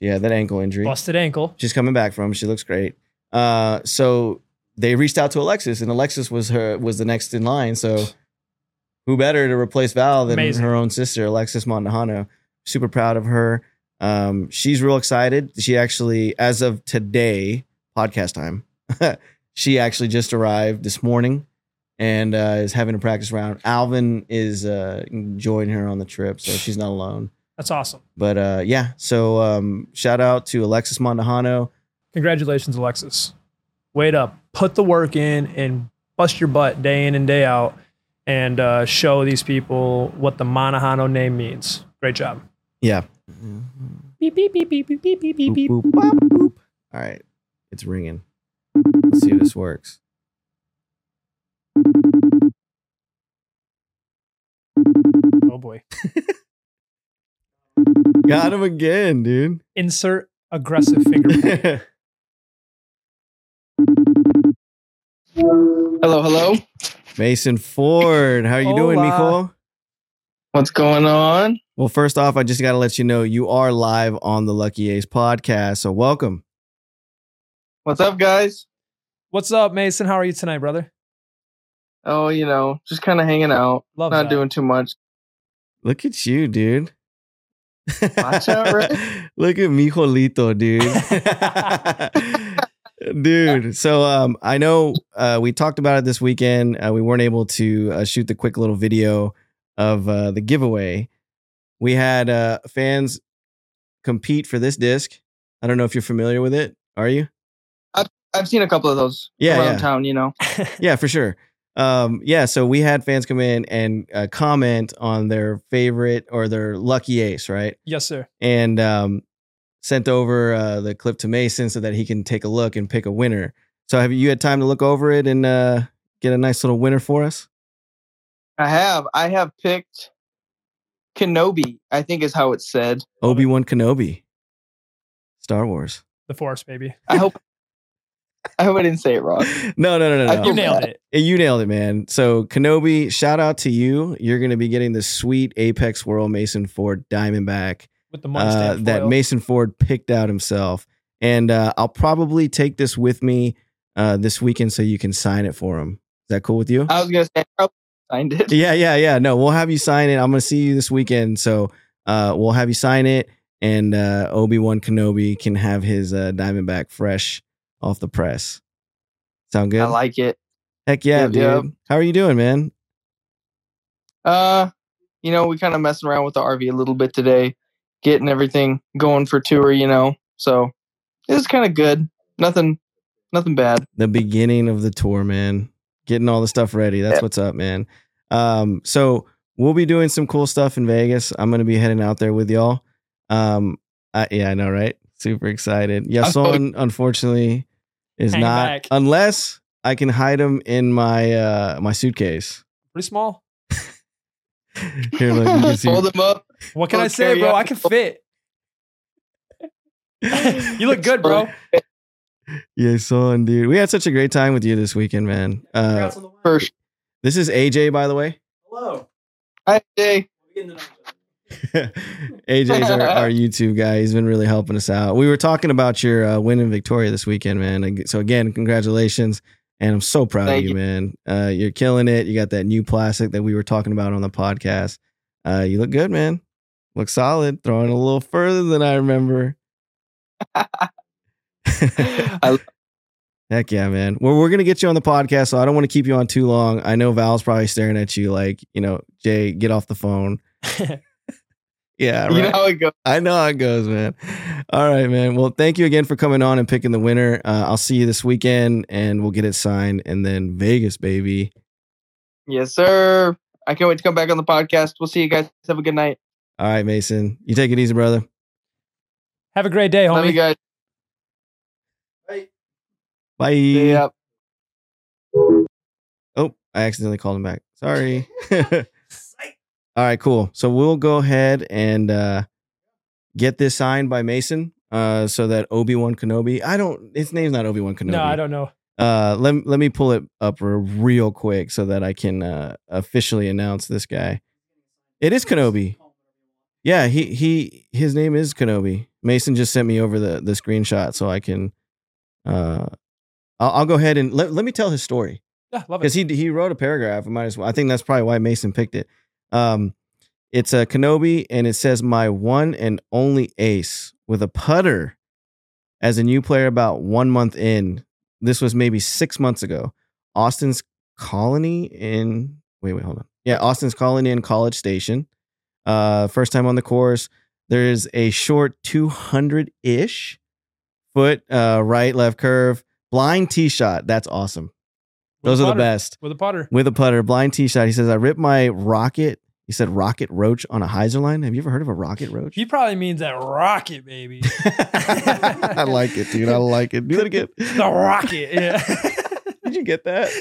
she had that ankle injury.
busted ankle.
She's coming back from. She looks great. Uh, so they reached out to Alexis, and Alexis was her was the next in line. So who better to replace Val than
Amazing.
her own sister, Alexis Montejano? Super proud of her. Um, she's real excited. She actually, as of today, podcast time, *laughs* she actually just arrived this morning and uh, is having a practice round. Alvin is uh, joining her on the trip, so she's not alone.
That's awesome.
But uh, yeah, so um, shout out to Alexis Montejano.
Congratulations, Alexis. Way to put the work in and bust your butt day in and day out, and uh, show these people what the Monahano name means. Great job.
Yeah. Beep, beep, beep, beep, beep, beep, beep, beep, beep. All right. It's ringing. Let's see if this works.
Oh boy.
Got him again, dude. *laughs*
Insert aggressive finger.
Hello, hello.
Mason Ford. How are you doing,
Hola.
Miko?
What's going on?
Well, first off, I just got to let you know you are live on the Lucky Ace podcast. So welcome.
What's up, guys?
What's up, Mason? How are you tonight, brother?
Oh, you know, just kind of hanging
Oh,
out.
Love
Not
that.
doing too much.
Look at you, dude.
Watch out, right?
*laughs* Look at Mijolito,
*laughs*
dude. dude, so um, I know uh, we talked about it this weekend. Uh, we weren't able to uh, shoot the quick little video of uh, the giveaway. We had uh, fans compete for this disc. I don't know if you're familiar with it. Are
*laughs*
you?
I've seen a couple of those
Yeah,
around
yeah.
town, you know.
yeah, for sure. Um, yeah, so we had fans come in and uh, comment on their favorite or their lucky ace, right?
Yes, sir.
and um, sent over uh, the clip to Mason so that he can take a look and pick a winner. So have you had time to look over it and uh, get a nice little winner for us?
I have. I have picked Kenobi, I think is how it's said.
Obi Wan Kenobi, Star Wars.
The force, baby.
*laughs*
I hope I hope I didn't say it wrong.
No, no, no, no.
I
no.
You
Oh,
nailed it.
Hey, You nailed it, man. So Kenobi, shout out to you. You're going to be getting the sweet Apex World Mason Ford Diamondback
With the money
uh,
stamp
that
foil.
Mason Ford picked out himself, and uh, I'll probably take this with me uh, this weekend so you can sign it for him. Is that cool with you?
I was gonna say I probably signed it.
Yeah, yeah, yeah. No, we'll have you sign it. I'm gonna see you this weekend, so uh, we'll have you sign it, and uh, Obi Wan Kenobi can have his uh, Diamondback fresh off the press. Sound good?
I like it.
Heck yeah,
Yep,
dude.
yep.
How are you doing, man?
Uh you know, we kind of messing around with the RV a little bit today, getting everything going for tour, you know. So it was kind of good. Nothing nothing bad.
The beginning of the tour, man. Getting all the stuff ready. That's
Yeah.
what's up, man. Um, so we'll be doing some cool stuff in Vegas. I'm gonna be heading out there with y'all. Um, I, yeah, I know, right? Super excited.
I'm so-
Yason, unfortunately, is
Hang
not
back.
unless I can hide them in my uh my suitcase.
Pretty small.
Here, look, you
*laughs*
can see-
Fold them up.
What can
Oh,
Well,
I say,
*laughs*
bro? *laughs*
karaoke-
I can fit. you look good, bro.
Yes, son, dude. We had such a great time with you this weekend, man. Uh,
Congrats on the win.
First,
this is AJ, by the way.
Hello.
hi, Jay.
We're getting to know each
*laughs*
other.
AJ's our,
*laughs*
our YouTube guy. He's been really helping us out. We were talking about your uh, win in Victoria this weekend, man. Ag- So again, congratulations, and I'm so proud
Thank
of you,
you.
man. Uh, you're killing it. You got that new plastic that we were talking about on the podcast. Uh, you look good, man. Look solid. Throwing a little further than I remember.
*laughs*
*laughs*
I,
Heck yeah, man. Well, we're gonna get you on the podcast, so I don't want to keep you on too long. I know Val's probably staring at you, like you know, Jay, get off the
*laughs*
phone. yeah, right.
you know how it goes.
I know how it goes, man. All right, man. Well, thank you again for coming on and picking the winner. Uh, I'll see you this weekend, and we'll get it signed, and then Vegas, baby.
Yes, sir. I can't wait to come back on the podcast. We'll see you guys. Have a good night.
All right, Mason, you take it easy, brother.
Have a great day,
Love you
homie.
guys.
Bye.
See ya.
Oh, I accidentally called him back.
*laughs*
Sorry. *laughs* All right, cool. So we'll go ahead and uh, get this signed by Mason uh, so that Obi Wan Kenobi. I don't. His name's not Obi Wan Kenobi.
No, I don't know.
Uh, let let me pull it up r- real quick so that I can uh, officially announce this guy. It is Kenobi. Yeah, he he his name is Kenobi. Mason just sent me over the the screenshot so I can. Uh, I'll, I'll go ahead and let let me tell his story
Yeah, love
because
it.
he he wrote a paragraph. I might as well. I think that's probably why Mason picked it. Um, it's a Kenobi, and it says my one and only ace with a putter. As a new player, about one month in, this was maybe six months ago. Austin's Colony in wait wait hold on yeah Austin's Colony in College Station. Uh, first time on the course. There is a short two hundred ish foot uh, right left curve blind tee shot. That's awesome.
With
Those
a
are the
putter.
best
With a putter.
with a putter, blind tee shot. He says, I ripped my rocket. He said, rocket roach on a hyzer line. Have you ever heard of a rocket roach?
He *laughs* probably means that rocket, baby.
*laughs* I like it, dude. I like it. Do it
*laughs*
again.
The rocket. Yeah.
*laughs* Did you get that?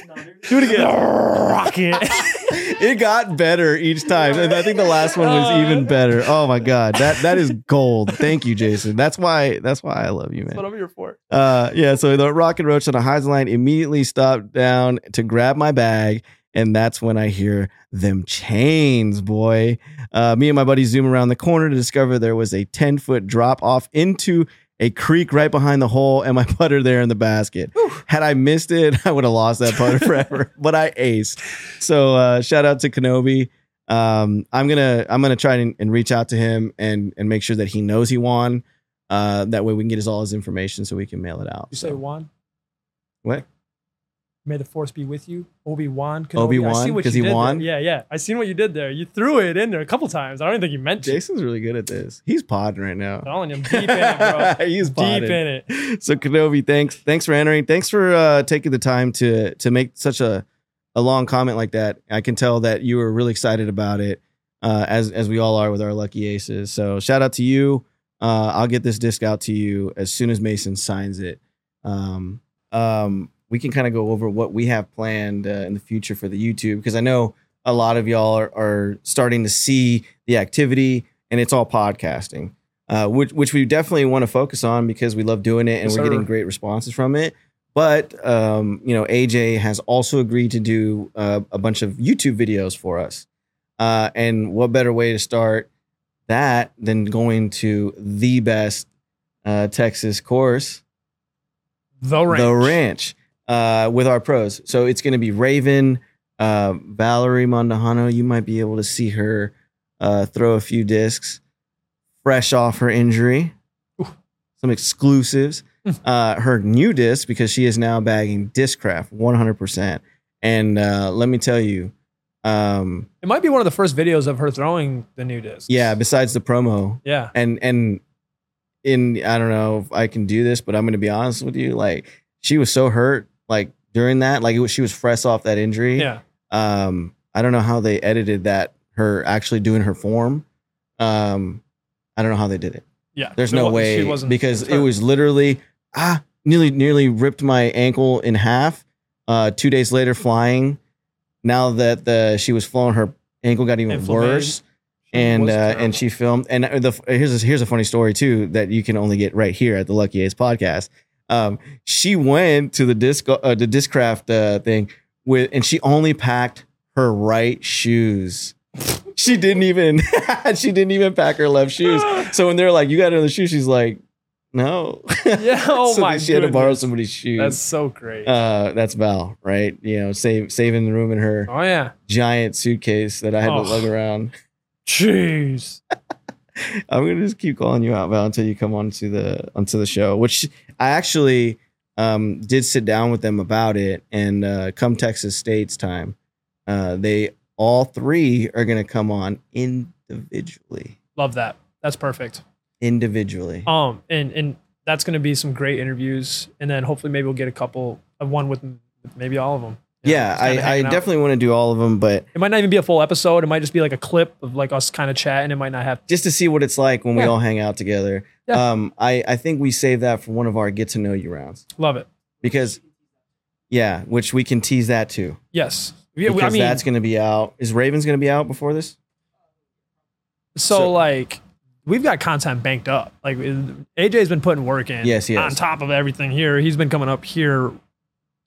*laughs* Do it again. The rocket.
*laughs* It got better each time. And I think the last one
*laughs*
was even better. Oh my God. That that is gold. Thank you, Jason. That's why that's why I love you, man.
That's what I'm here for.
Uh, yeah, so the rocket roach on a high line immediately stopped down to grab my bag, and that's when I hear them chains, boy. Uh, me and my buddy zoom around the corner to discover there was a 10 foot drop off into a creek right behind the hole, and my *laughs* putter there in the basket. Had I missed it, *laughs* I would have lost that putter forever, but I aced. So uh, shout out to Kenobi. Um, I'm gonna I'm gonna try and, and reach out to him and and make sure that he knows he won. Uh, that way we can get his all his information so we can mail it out.
You say Juan?
What?
May the force be with you. Obi Wan. Kenobi.
Obi-Wan,
I see what
'cause
you
he
did
won?
There. Yeah, yeah. I seen what you did there. You threw it in there a couple times. I don't even think you meant to.
Jason's really good at this. He's podding right now.
I'm telling you, I'm deep in
*laughs*
it, bro.
He's
deep
podding.
in it.
So Kenobi, thanks, thanks for entering. Thanks for uh, taking the time to to make such a a long comment like that. I can tell that you were really excited about it, uh, as as we all are with our lucky aces. So shout out to you. Uh, I'll get this disc out to you as soon as Mason signs it. Um, um, we can kind of go over what we have planned uh, in the future for the YouTube because I know a lot of y'all are, are starting to see the activity, and it's all podcasting, uh, which which we definitely want to focus on because we love doing it and
Yes,
we're
sir.
getting great responses from it. But um, you know, AJ has also agreed to do uh, a bunch of YouTube videos for us, uh, and what better way to start that than going to the best uh, Texas course
The ranch.
the ranch uh, with our pros. So it's going to be Raven, uh, Valerie Mondahano. You might be able to see her uh, throw a few discs, fresh off her injury. Some exclusives. Uh, her new disc because she is now bagging Discraft 100%. And uh, let me tell you, um,
It might be one of the first videos of her throwing the new disc.
yeah. Besides the promo,
Yeah.
and and in I don't know if I can do this, but I'm going to be honest with you. Like she was so hurt, like during that, like it was, she was fresh off that injury.
Yeah.
Um, I don't know how they edited that. Her actually doing her form. Um, I don't know how they did it.
Yeah.
There's
There
no
wa-
way
She wasn't
because
hurt.
it was literally ah nearly nearly ripped my ankle in half. Uh, two days later, flying. Now that the she was flown, her ankle got even
Inflamed.
worse,
She
and uh,
was terrible.
and uh, she filmed. And the here's a, here's a funny story too that you can only get right here at the Lucky Ace podcast. Um, she went to the disc uh, the discraft uh, thing with, and she only packed her right shoes. She didn't even *laughs* she didn't even pack her left shoes. So when they're like, "You got another shoe?" She's like, "No."
*laughs*
*laughs*
Yeah. Oh
so
my
She had to borrow
goodness.
somebody's shoes.
That's so great.
uh, that's Val, right? You know, save, saving the room in her
oh yeah.
giant suitcase that I had
Oh.
to lug around.
Jeez.
I'm gonna just keep calling you out, Val, until you come onto the onto the show. Which I actually um, did sit down with them about it, and uh, come Texas State's time, uh, they all three are gonna come on individually.
Love that. That's perfect.
Individually,
Um, and and that's going to be some great interviews, and then hopefully maybe we'll get a couple of one with with maybe all of them. You know,
yeah,
just kinda
I, I
hanging out.
definitely want to do all of them, but
It might not even be a full episode. It might just be like a clip of like us kind of chatting. It might not have.
just to see what it's like when we
Yeah.
all hang out together.
Yeah.
Um, I I think we save that for one of our get to know you rounds
Love it.
because, yeah, which we can tease that too.
Yes. Yeah.
Because
I mean,
that's gonna be out. Is Ravens gonna be out before this?
so,
so-
like we've got content banked up. Like AJ's been putting work in.
Yes, he
On
has.
top of everything here, he's been coming up here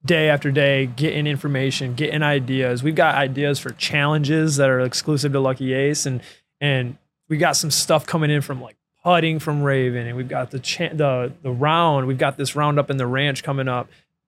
day after day, getting information, getting ideas. We've got ideas for challenges that are exclusive to Lucky Ace, and and we got some stuff coming in from like putting from Raven, and we've got the cha- the the round. We've got this round up in the ranch coming up.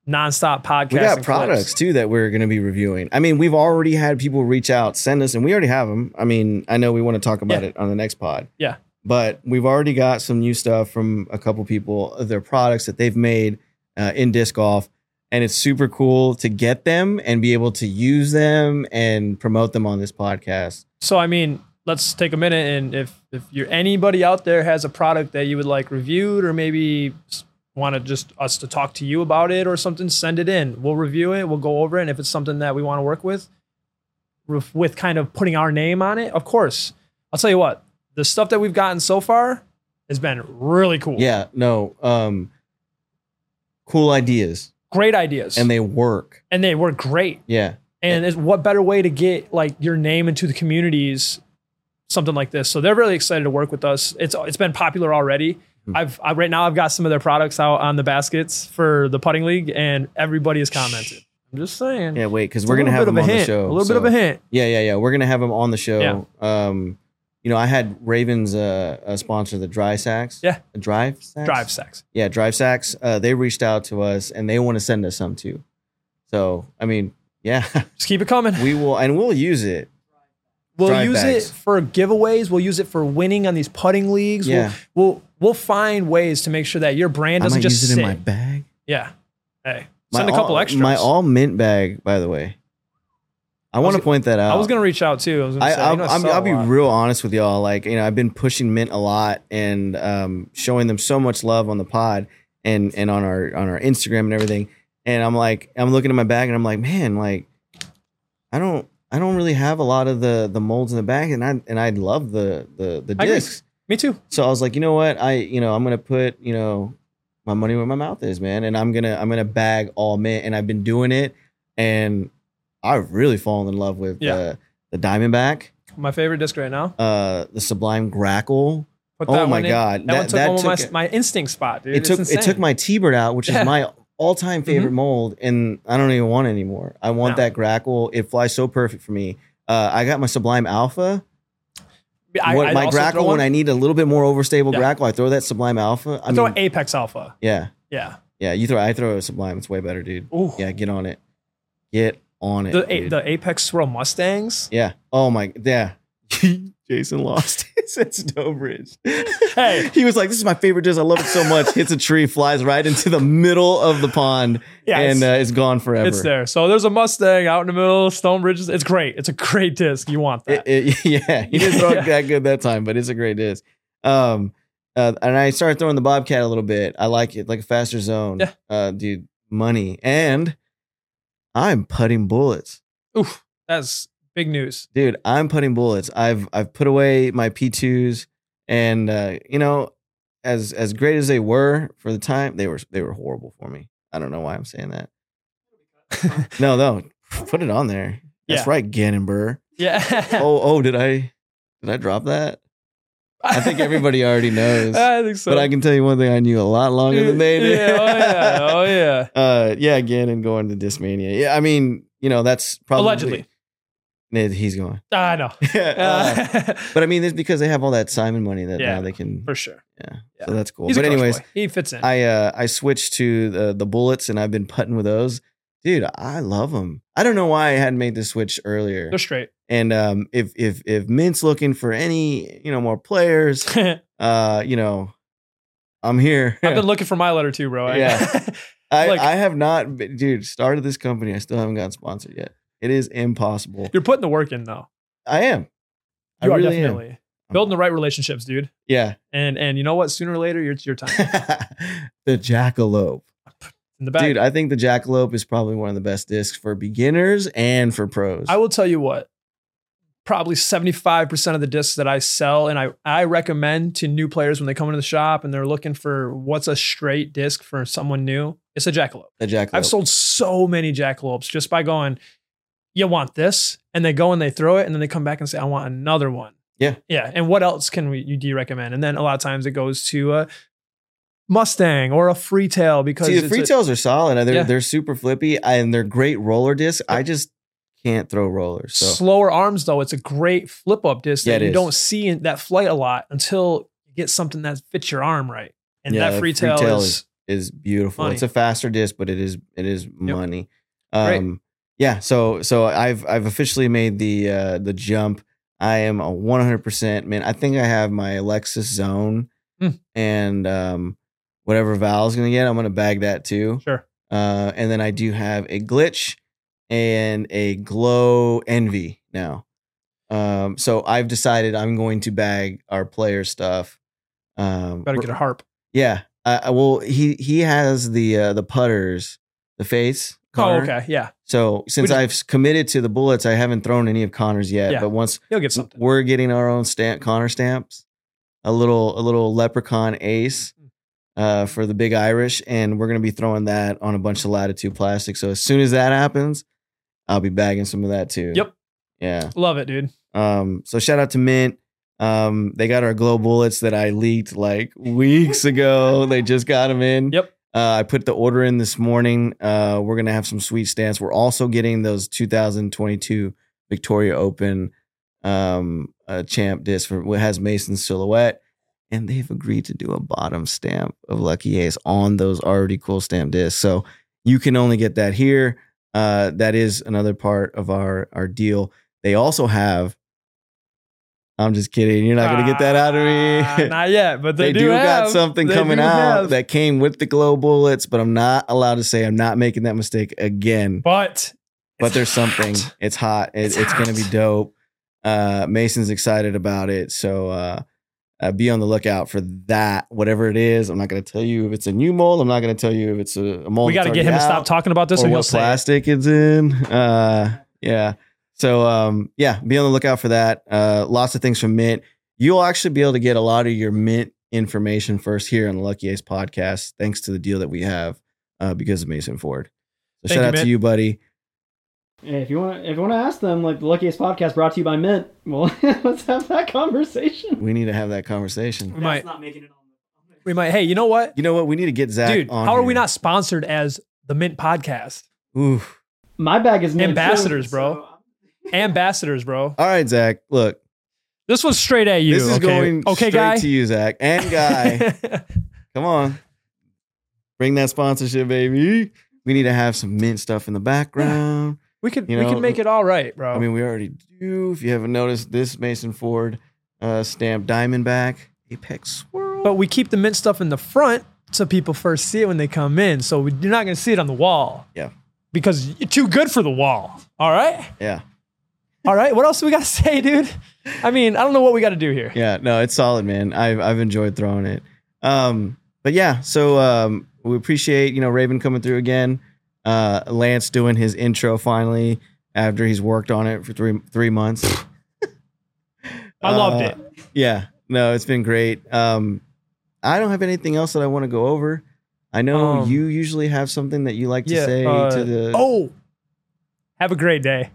Nonstop podcast.
We got products too that we're going to be reviewing. I mean, we've already had people reach out, send us, and we already have them. I mean, I know we want to talk about
Yeah.
it on the next pod.
Yeah.
But we've already got some new stuff from a couple people, uh, their products that they've made uh, in disc golf. And it's super cool to get them and be able to use them and promote them on this podcast.
So I mean, let's take a minute and if if you're anybody out there has a product that you would like reviewed or maybe want to just us to talk to you about it or something, send it in. We'll review it. We'll go over it. And if it's something that we want to work with, ref- with kind of putting our name on it, of course. I'll tell you what, the stuff that we've gotten so far has been really cool.
Yeah, no, um, cool ideas,
Great ideas.
and they work.
and they were great.
Yeah,
And it's what better way to get like your name into the communities, something like this. So they're really excited to work with us. It's it's been popular already.
Hmm.
I've I, right now I've got some of their products out on the baskets for the putting league, and everybody has commented. I'm just saying.
yeah. Wait, because
It's
we're
a
gonna have
little bit of
them
a
on the
hint,
show.
A little bit of a hint.
Yeah, yeah, yeah. We're gonna have him on the show. Um, you know, I had Ravens uh, uh sponsor the Dry Sacks.
Yeah.
Drive Sacks.
Drive sex.
Yeah, Drive Sacks. Uh, they reached out to us and they want to send us some too. So I mean, yeah, *laughs*
Just keep it coming.
we will and we'll use it.
We'll
drive
use
bags.
it for giveaways. We'll use it for winning on these putting leagues. We'll-
Yeah.
We'll we'll, find ways to make sure that your brand
I
doesn't
might
just
use it
sit.
in my bag.
yeah. Hey,
My
send a couple
all,
extras.
My all mint bag, by the way. I, want to
was-
point that out.
I was gonna reach out too. I was gonna
Uh, I,
say,
I'll,
you know, I
I'm,
sell
I'll
a
be
lot.
real honest with y'all. Like, you know, I've been pushing Mint a lot and um, showing them so much love on the pod and and on our on our Instagram and everything. And I'm like, I'm looking at my bag and I'm like, man, like, I don't I don't really have a lot of the the molds in the bag, and I and I love the the the
I agree.
discs.
Me too.
So I was like, you know what, I you know I'm gonna put you know my money where my mouth is, man, and I'm gonna I'm gonna bag all mint, and I've been doing it, and I've really fallen in love with
Yeah.
uh, the Diamondback
My favorite disc right now.
uh the Sublime Grackle.
Put
Oh my
one in.
god,
That, one took one of my, my instinct spot, dude.
it took
it's
it took
insane.
my T-bird out, which
Yeah. Mm-hmm.
is my all-time favorite mold, and I don't even want it anymore. I want
No.
that Grackle. It flies so perfect for me. Uh, I got my Sublime Alpha.
I,
what,
I'd
my
also
Grackle
throw
when I need a little bit more overstable
Yeah.
Grackle, I throw that Sublime Alpha. I
I throw
mean,
an Apex Alpha.
yeah,
Yeah.
yeah. You throw, I throw a Sublime. It's way better, dude.
Ooh.
Yeah, get on it. Get on it.
the a,
dude.
the Apex Swirl Mustangs.
yeah. Oh my. Yeah. *laughs* Jason lost *laughs* his at
*laughs*
Snowbridge.
Hey.
*laughs* he was like, "This is my favorite dish. I love it so much." Hits a tree, flies right into the middle of the pond,
Yeah.
and
it's,
uh, it's gone forever.
it's there. So there's a Mustang out in the middle. Stone Bridges. It's great. It's a great disc. You want that?
It- it- *laughs* yeah, he didn't throw it that good that time, but it's a great disc. Um, uh, and I started throwing the Bobcat a little bit. I like it, like a faster zone.
Yeah.
Uh, dude, money, and I'm putting bullets.
Oof. That's big news.
dude i'm putting bullets i've i've put away my p2s and uh you know as as great as they were for the time they were they were horrible for me i don't know why i'm saying that *laughs* no no put it on there that's
Yeah.
right gannon burr
Yeah.
oh oh did i did i drop that I
*laughs*
think everybody already knows.
I think so.
But I can tell you one thing: I knew a lot longer than they did.
Yeah, oh yeah, oh yeah.
*laughs* uh, yeah, again, and going to Discmania. Yeah, I mean, you know, that's probably
Allegedly,
Nah, he's *laughs* going.
I know.
Uh,
Uh,
but I mean, it's because they have all that Simon money that
Yeah,
now they can.
*laughs* for sure.
Yeah,
yeah.
so that's cool.
He's a
but
Crush
anyways,
boy. he fits in.
I uh, I switched to the the bullets, and I've been putting with those. Dude, I love them. I don't know why I hadn't made the switch earlier.
They're straight. *laughs*
And um, if if if Mint's looking for any you know more players,
I've
uh, you know, I'm here.
been looking for my letter too, bro. I-
Yeah. *laughs* I,
like-
I have not, been- dude. Started this company. I still haven't gotten sponsored yet. It is impossible.
*laughs* You're putting the work in though.
I am. I
You are
really am.
definitely building the right relationships, dude.
Yeah. *laughs*
And and you know what? Sooner or later, it's your time
the jackalope,
in the back.
dude. I think the jackalope is probably one of the best discs for beginners and for pros.
I will tell you what. Probably 75% of the discs that I sell and I, I recommend to new players when they come into the shop and they're looking for what's a straight disc for someone new, it's a jackalope.
the jackalope.
I've sold so many jackalopes just by going, you want this? And they go and they throw it and then they come back and say, I want another one.
Yeah.
Yeah. And what else can we, you do you recommend? And then a lot of times it goes to a Mustang or a Freetail because
See,
it's
the
a-
free tails are solid. They're
Yeah.
they're super flippy and they're great roller discs. I just can't throw rollers. So
slower arms though it's a great flip up disc
Yeah,
that
it
you
is.
don't see in that flight a lot until you get something that fits your arm right and
Yeah,
that
the
free tail,
free tail
is,
is- is beautiful.
Money.
It's a faster disc, but it is it is money.
Great.
Um, yeah. So so I've I've officially made the uh, the jump. I am a 100 percent man. I think I have my Lexus Zone
Mm.
and um, whatever Val's gonna get. I'm gonna bag that too.
sure
Uh, and then I do have a glitch and a glow envy now. Um, so I've decided I'm going to bag our player stuff. Um,
better get a harp
yeah. Uh, well, he he has the uh, the putters, the face. Connor.
oh okay yeah
So since
Which-
I've committed to the bullets, I haven't thrown any of Connor's yet.
Yeah.
But once
you'll get something
we're getting our own stamp, Connor stamps, a little a little leprechaun ace
Mm-hmm.
uh, for the big Irish, and we're gonna be throwing that on a bunch of latitude plastic. So as soon as that happens, I'll be bagging some of that too.
Yep.
Yeah.
love it dude
Um, so shout out to Mint. Um, they got our glow bullets that I leaked like weeks ago. They just got them in.
Yep.
Uh, I put the order in this morning. Uh, we're gonna have some sweet stamps. We're also getting those 2022 Victoria Open um uh, champ disc for what has Mason's silhouette, and they've agreed to do a bottom stamp of Lucky Ace on those already cool stamp discs. So you can only get that here. Uh, that is another part of our our deal. They also have. I'm just kidding. You're not gonna get that out of
Ah,
*laughs* me.
not yet but
they,
they,
do
have,
got something
they
coming
do
out
have.
that came with the glow bullets, but I'm not allowed to say. I'm not making that mistake again.
but
But
it's
there's
hot.
something. It's hot. It,
It's
it's gonna be
hot.
dope. Uh, Mason's excited about it, so uh, uh, be on the lookout for that. Whatever it is, I'm not gonna tell you if it's a new mold. I'm not gonna tell you if it's a, a mold.
we got to
that's
get him
already
to
out
stop talking about this
or
and he'll
what
say
plastic it's in. Uh, yeah. So um, yeah, be on the lookout for that. Uh, lots of things from Mint. You'll actually be able to get a lot of your Mint information first here on the Lucky Ace podcast, thanks to the deal that we have uh, because of Mason Ford. So
Thank
shout
you,
out
Mint.
to you, buddy.
Hey, if you want, if you want to ask them, like the luckiest podcast brought to you by Mint. Well, *laughs* let's have that conversation.
We need to have that conversation.
We might-
not making it on the.
we might hey you know what
You know what? We need to get Zach.
dude
on
how are we
here.
not sponsored as the mint podcast
Ooh.
My bag is mint
Ambassadors,
too,
bro.
so-
ambassadors bro
All right, Zach. Look,
this was straight at you
this is
okay
going
okay
straight
guy
to you, Zach and
*laughs*
Guy. Come on. Bring that sponsorship, baby. We need to have some mint stuff in the background.
we could
You
we
know,
could make it all right bro
I mean, we already do. If you haven't noticed, this Mason Ford uh, stamp Diamondback Apex Swirl.
but we keep the mint stuff in the front so people first see it when they come in. So we, you're not going to see it on the wall.
Yeah.
Because you're too good for the wall. All right.
Yeah.
All right. What else do we got to *laughs* say, dude? I mean, I don't know what we got to do here.
Yeah. No, it's solid, man. I've, I've enjoyed throwing it. Um, but yeah, so um, we appreciate, you know, Raven coming through again. Uh, Lance doing his intro finally after he's worked on it for three three months.
I loved
Uh,
it.
Yeah. No, it's been great. Um, I don't have anything else that I want to go over. I know
Um,
you usually have something that you like to
yeah.
say
uh,
to the
oh, have a great day.